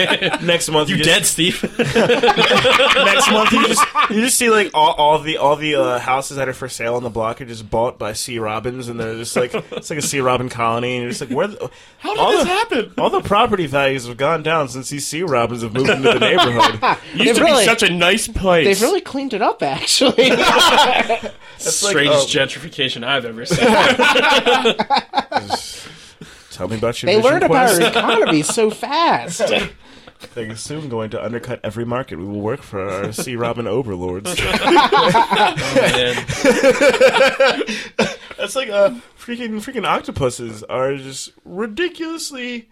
S1: Next month, you,
S2: dead,
S1: just,
S2: Steve?
S1: Next month, you just you just see like all, all the all the uh, houses that are for sale on the block are just bought by sea robins, and they're just like it's like a sea robin colony, and you're just like, where? The,
S4: How did
S1: all
S4: this
S1: the-
S4: happen?
S1: All the property values have gone down since these sea robins have moved into the neighborhood.
S4: It used
S3: They've
S4: to
S3: really,
S4: be such a nice place.
S3: they've really cleaned it up, actually.
S1: like,
S2: Strangest
S1: oh.
S2: gentrification I've ever seen.
S1: Tell me about your
S3: they
S1: vision
S3: learned about
S1: quest.
S3: our economy so fast.
S1: They're soon going to undercut every market. We will work for our sea robin overlords.
S2: Oh, Man.
S1: That's like uh, freaking freaking octopuses are just ridiculously.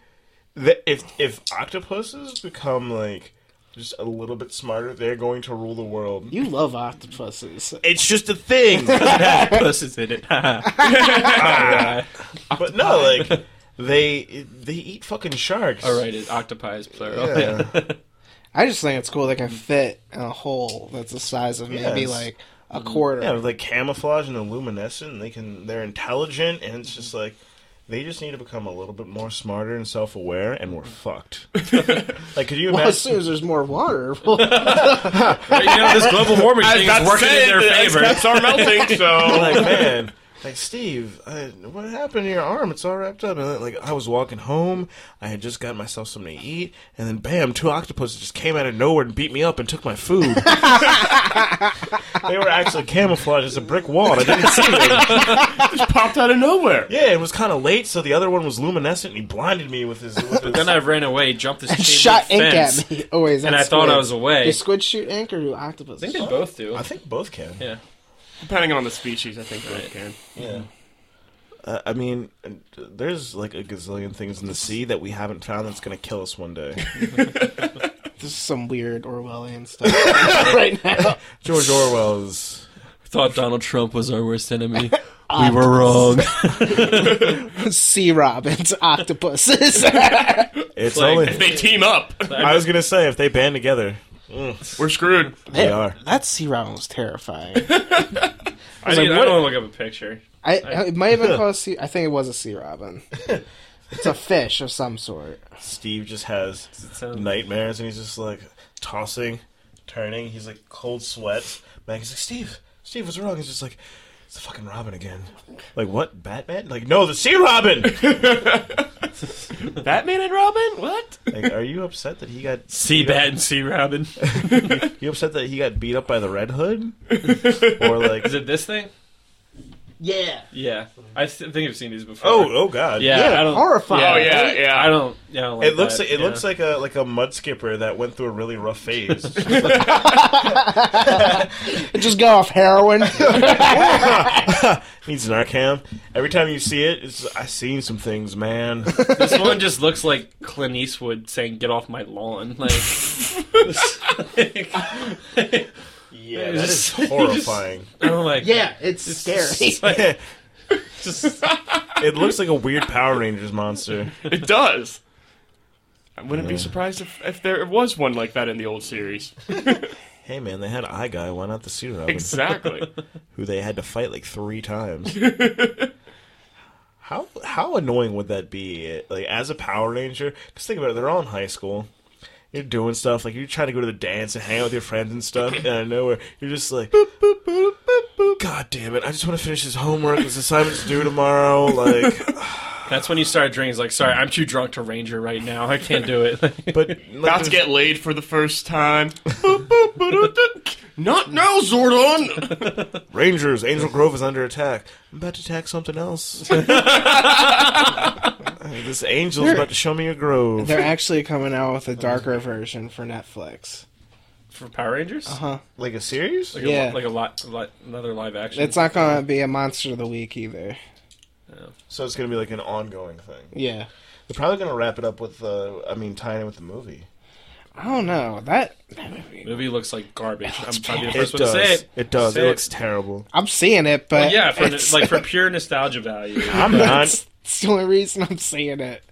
S1: The, if if octopuses become like just a little bit smarter, they're going to rule the world.
S3: You love octopuses.
S1: It's just a thing.
S2: Puss is in it.
S1: but no, like they they eat fucking sharks.
S2: All right, it octopi is plural.
S1: Yeah.
S3: I just think it's cool they can fit in a hole that's the size of maybe
S1: Yes.
S3: like a quarter.
S1: Yeah, with, like camouflage and luminescent. They can. They're intelligent, and it's just like they just need to become a little bit more smarter and self-aware, and we're fucked. like, could you
S3: Well,
S1: imagine?
S3: as soon as there's more water, well,
S2: Right, you know, this global warming
S4: I was
S2: thing
S4: about
S2: is
S4: to
S2: working
S4: say
S2: in their
S4: the ice
S2: favor.
S4: caps are melting, so
S1: like, man. Like Steve, I, what happened to your arm? It's all wrapped up. And like I was walking home, I had just gotten myself something to eat, and then bam, two octopuses just came out of nowhere and beat me up and took my food. they were actually camouflaged as a brick wall. and I didn't see them.
S4: popped out of nowhere.
S1: Yeah, it was kind of late, so the other one was luminescent, and he blinded me with his. With his
S2: Then I ran away, jumped this chain
S3: shot
S2: link
S3: ink
S2: fence,
S3: at me. Oh, wait, is
S2: and
S3: that
S2: I thought
S3: squid?
S2: I was away.
S3: Do squid shoot ink or do octopus?
S2: I think they both do.
S1: I think both can.
S2: Yeah.
S4: Depending on the species, I think they can.
S1: Yeah. Uh, I mean, uh, there's like a gazillion things in the sea that we haven't found that's going to kill us one day.
S3: This is some weird Orwellian stuff right now.
S1: George Orwell's.
S2: Thought Donald Trump was our worst enemy. we were wrong.
S3: Sea robins, octopuses.
S1: It's
S2: Like-
S1: only.
S4: If they team up,
S1: I was going to say, if they band together,
S4: we're screwed.
S1: they are.
S3: that sea robin was terrifying.
S2: I, need- I don't want to look up a picture.
S3: I, it might have been called a sea. I think it was a sea robin. It's a fish of some sort.
S1: Steve just has
S2: sound-
S1: nightmares, and he's just like tossing, turning. He's like cold sweat. Maggie's like, Steve, Steve, what's wrong? He's just like, it's the fucking Robin again. Like what? Batman? Like no, the Sea Robin.
S4: Batman and Robin? What?
S1: Like, are you upset that he got
S2: Sea bat and sea robin.
S1: you upset that he got beat up by the Red Hood? or like,
S2: Is it this thing?
S3: Yeah.
S2: Yeah, I th- think I've seen these before.
S1: oh, oh god,
S2: yeah,
S3: Yeah,
S2: I don't.
S3: horrifying.
S4: Oh yeah,
S3: right?
S4: yeah.
S2: I don't. Yeah, I don't like
S1: It looks
S2: that,
S1: like, it
S2: yeah.
S1: looks like a like a mud skipper that went through a really rough phase.
S3: It just got off heroin.
S1: Needs Narcan. Every time you see it, it's I seen some things, man.
S2: this one just looks like Clint Eastwood saying "Get off my lawn." Like,
S1: Yeah,
S2: that
S1: that
S2: is
S1: is horrifying.
S2: I'm like,
S3: yeah, it's
S2: it's
S3: scary.
S2: like, just
S1: It looks like a weird Power Rangers monster.
S4: It does. I wouldn't be surprised if, if there was one like that in the old series.
S1: Hey man, they had Eye Guy. Why not the Sea Robin,
S4: Exactly.
S1: who they had to fight like three times? how how annoying would that be? Like as a Power Ranger, because think about it, they're all in high school. You're doing stuff like you're trying to go to the dance and hang out with your friends and stuff, and out of nowhere you're just like, boop, boop, boop, boop, boop. God damn it! I just want to finish his homework. His assignment's due tomorrow. Like,
S2: that's when you start drinking. It's like, sorry, I'm too drunk to ranger right now. I can't do it.
S1: but
S4: About to get laid for the first time. Not now, Zordon!
S1: Rangers, Angel Grove is under attack. I'm about to attack something else. this angel's about to show me a grove.
S3: They're actually coming out with a darker version for Netflix.
S2: for Power Rangers.
S3: Huh.
S1: Like a series?
S2: Like
S3: Uh-huh.
S2: a,
S3: Yeah.
S2: like a lot, lot another live action.
S3: It's not going to be a monster of the week either.
S1: So it's going to be like an ongoing thing.
S3: Yeah.
S1: They're probably going to wrap it up with, uh, I mean, tying it with the movie.
S3: I don't know. That, that movie.
S2: movie looks like garbage. I'm trying to be the
S1: It
S2: first one to say
S1: does.
S2: it.
S1: It does.
S2: Say
S1: It
S2: it.
S1: looks terrible.
S3: I'm seeing it, but
S2: Well, yeah, for
S3: it's-
S2: like for pure nostalgia value.
S1: I'm not.
S3: that's, that's the only reason I'm seeing it.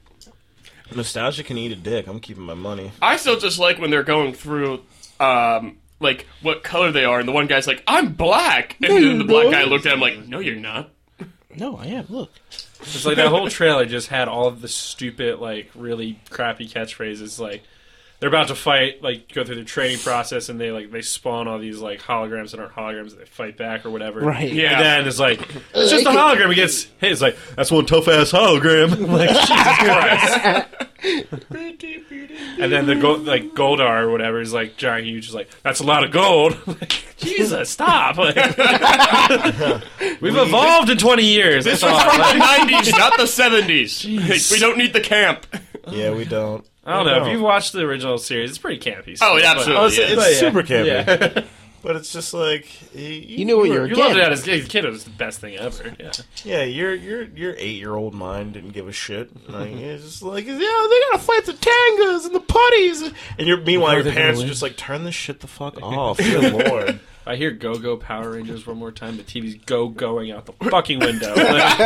S1: Nostalgia can eat a dick. I'm keeping my money.
S4: I still just like when they're going through, um, like, what color they are, and the one guy's like, I'm black! And then the black guy looked at him like, no, you're not.
S3: No, I am. Look,
S2: It's like that whole trailer just had all of the stupid, like really crappy catchphrases. Like they're about to fight, like go through the training process, and they like they spawn all these like holograms that aren't holograms. That they fight back or whatever.
S3: Right.
S4: Yeah.
S2: And then it's like it's just a hologram. He gets hey, it's like that's one tough ass hologram. I'm like Jesus Christ. and then the go- like Goldar or whatever is like giant huge. Is like that's a lot of gold. I'm like, Jesus, stop! Like, we've evolved in twenty years.
S4: This
S2: That's
S4: was
S2: all.
S4: from the
S2: Like,
S4: 90s, not the 70s. We don't need the camp.
S1: Yeah, we don't.
S2: I don't know. If you've watched the original series, it's pretty campy.
S4: Oh, it
S2: yeah,
S4: absolutely
S1: Oh, it's,
S4: is.
S1: it's
S2: But yeah.
S1: super campy.
S2: Yeah.
S1: But it's just like you, you-
S3: you knew what you were
S2: You loved it
S3: getting.
S2: as a kid. It was the best thing ever. Yeah.
S1: Yeah, your your your eight year old mind didn't give a shit. Like, it's just like yeah, they gotta fight the tangas and the putties, and your meanwhile your parents are just like turn this shit the fuck off. Good lord,
S2: I hear Go Go Power Rangers one more time. The TV's go going out the fucking window. Like,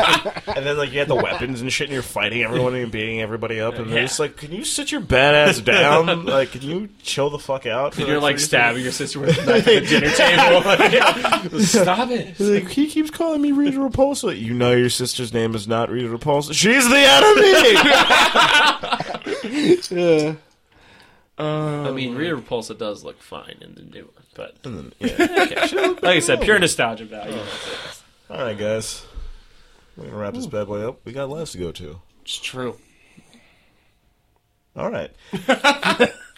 S1: and then like you had the weapons and shit, and you're fighting everyone and beating everybody up, and they're
S2: Yeah.
S1: just like, can you sit your badass down? Like, can you chill the fuck out?
S2: you're like stabbing your sister with a knife at the dinner table. Like, Stop it.
S1: Like, he keeps calling me Rita Repulsa. You know your sister's name is not Rita Repulsa. She's the enemy.
S3: Yeah.
S2: I mean, Rita Repulsa does look fine in the new one, but
S1: Yeah.
S2: like I said, pure nostalgia value.
S1: All right, guys, we're gonna wrap this bad boy up. We got lives to go to.
S4: It's true.
S1: All right.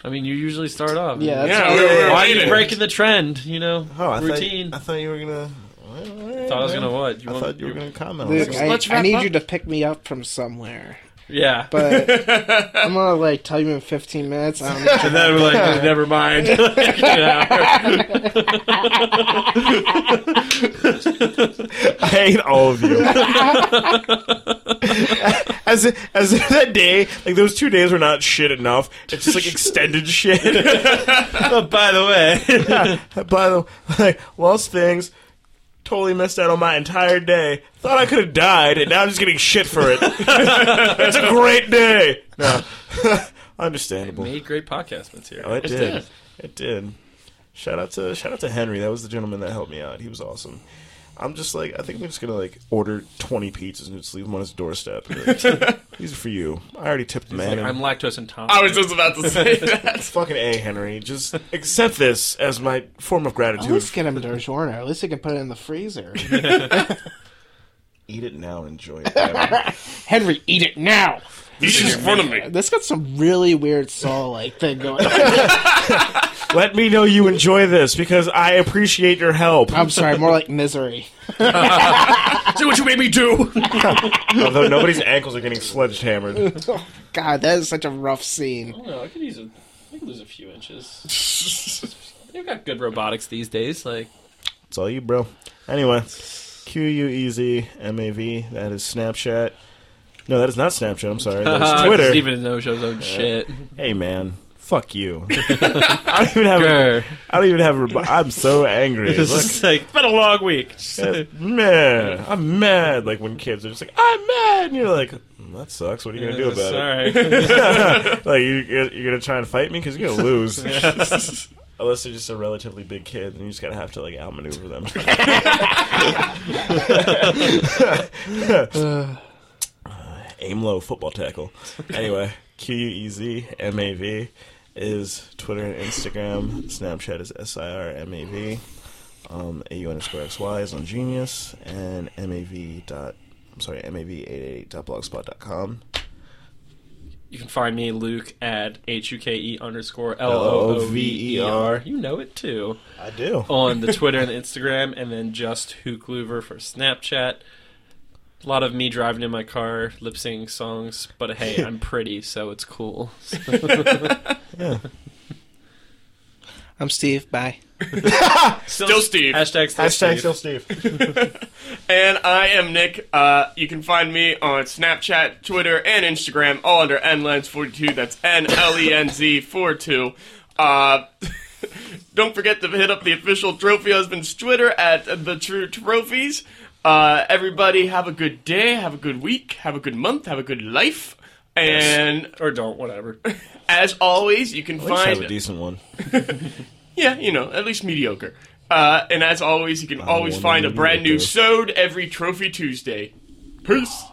S2: I mean, you usually start off.
S3: Yeah, that's
S4: Yeah,
S3: what-
S4: we were
S2: Why are
S4: waiting.
S2: you breaking the trend? You know,
S1: Oh, I
S2: routine.
S1: Thought, I thought you were gonna. Well, all right,
S2: thought I was
S1: man.
S2: gonna what? You
S1: I
S2: want-
S1: thought you were gonna comment.
S3: Luke,
S1: on this.
S4: let's
S3: I, I
S4: wrap
S3: need
S4: up.
S3: you to pick me up from somewhere.
S2: Yeah.
S3: But I'm gonna like tell you in 15 minutes. I don't know.
S2: And then we're like, never mind. You know?
S1: I hate all of you. as if, as if that day, like those two days were not shit enough. It's just like extended shit.
S2: By the way,
S1: By the like, lost things. Totally missed out on my entire day. Thought I could have died, and now I'm just getting shit for it. it's a great day. No, understandable.
S2: made great podcast material.
S1: Oh, it
S2: Just
S1: did. It did. Shout out to shout out to Henry. That was the gentleman that helped me out. He was awesome. I'm just like I think I'm just gonna like order 20 pizzas and just leave them on his doorstep. Like, These are for you. I already tipped the man.
S2: Like, I'm lactose intolerant.
S4: I was just about to say that.
S1: fucking a Henry. Just accept this as my form of
S3: At
S1: gratitude.
S3: least get him to DiGiorno. At least I can put it in the freezer.
S1: Eat it now and enjoy it. Henry.
S3: Henry, eat it now.
S4: He's just in front of me.
S3: This got some really weird soul like thing going. on.
S1: Let me know you enjoy this because I appreciate your help.
S3: I'm sorry, more like misery.
S2: See what you made me do.
S1: Although nobody's ankles are getting sledgehammered.
S3: Oh, God, that is such a rough scene.
S2: no, I could use a, I could lose a few inches. They've got good robotics these days. Like,
S1: It's all you, bro. Anyway, Q U E Z M A V. That is Snapchat. No, that is not Snapchat. I'm sorry. That is Twitter.
S2: uh, Even no shows own shit.
S1: Hey, man. Fuck you. I don't even have. A,
S2: Grr.
S1: I don't even have. A, rebu- I'm so angry.
S2: This
S1: Look,
S2: is like, it's been a long week.
S1: uh, man, I'm mad. Like when kids are just like, "I'm mad," and you're like, "Mm, "That sucks. What are you gonna do about
S2: Sorry.
S1: it?" Like you, you're you're gonna try and fight me because you're gonna lose. Unless they're just a relatively big kid, and you just gotta have to like outmaneuver them. aim low football tackle. Anyway, Q U E Z M A V is Twitter and Instagram. Snapchat is S I R M A V. Um, AU underscore X Y is on Genius and MAV dot I'm sorry, MAV eight eight dot blogspot dot com.
S2: You can find me, Luke, at H U K E underscore L O O V E R. You know it too.
S1: I do.
S2: On the Twitter and the Instagram, and then just Hookluver for Snapchat. A lot of me driving in my car, lip syncing songs, but hey, I'm pretty, so it's cool.
S3: I'm Steve. Bye.
S4: Still Steve.
S2: Hashtag still
S1: Hashtag
S2: Steve.
S1: still Steve.
S4: And I am Nick. Uh, you can find me on Snapchat, Twitter, and Instagram, all under nlens42. That's N L E N Z 42. Uh, don't forget to hit up the official Trophy Husbands Twitter at The True Trophies. Uh, everybody, have a good day, have a good week, have a good month, have a good life. And
S2: Or don't, whatever.
S4: as always, you can
S1: Let's have a
S4: find
S1: decent one.
S4: yeah, you know, at least mediocre. Uh, and as always, you can always
S1: wanna
S4: find a
S1: be
S4: brand new
S1: mediocre.
S4: sewed every Trophy Tuesday. Peace.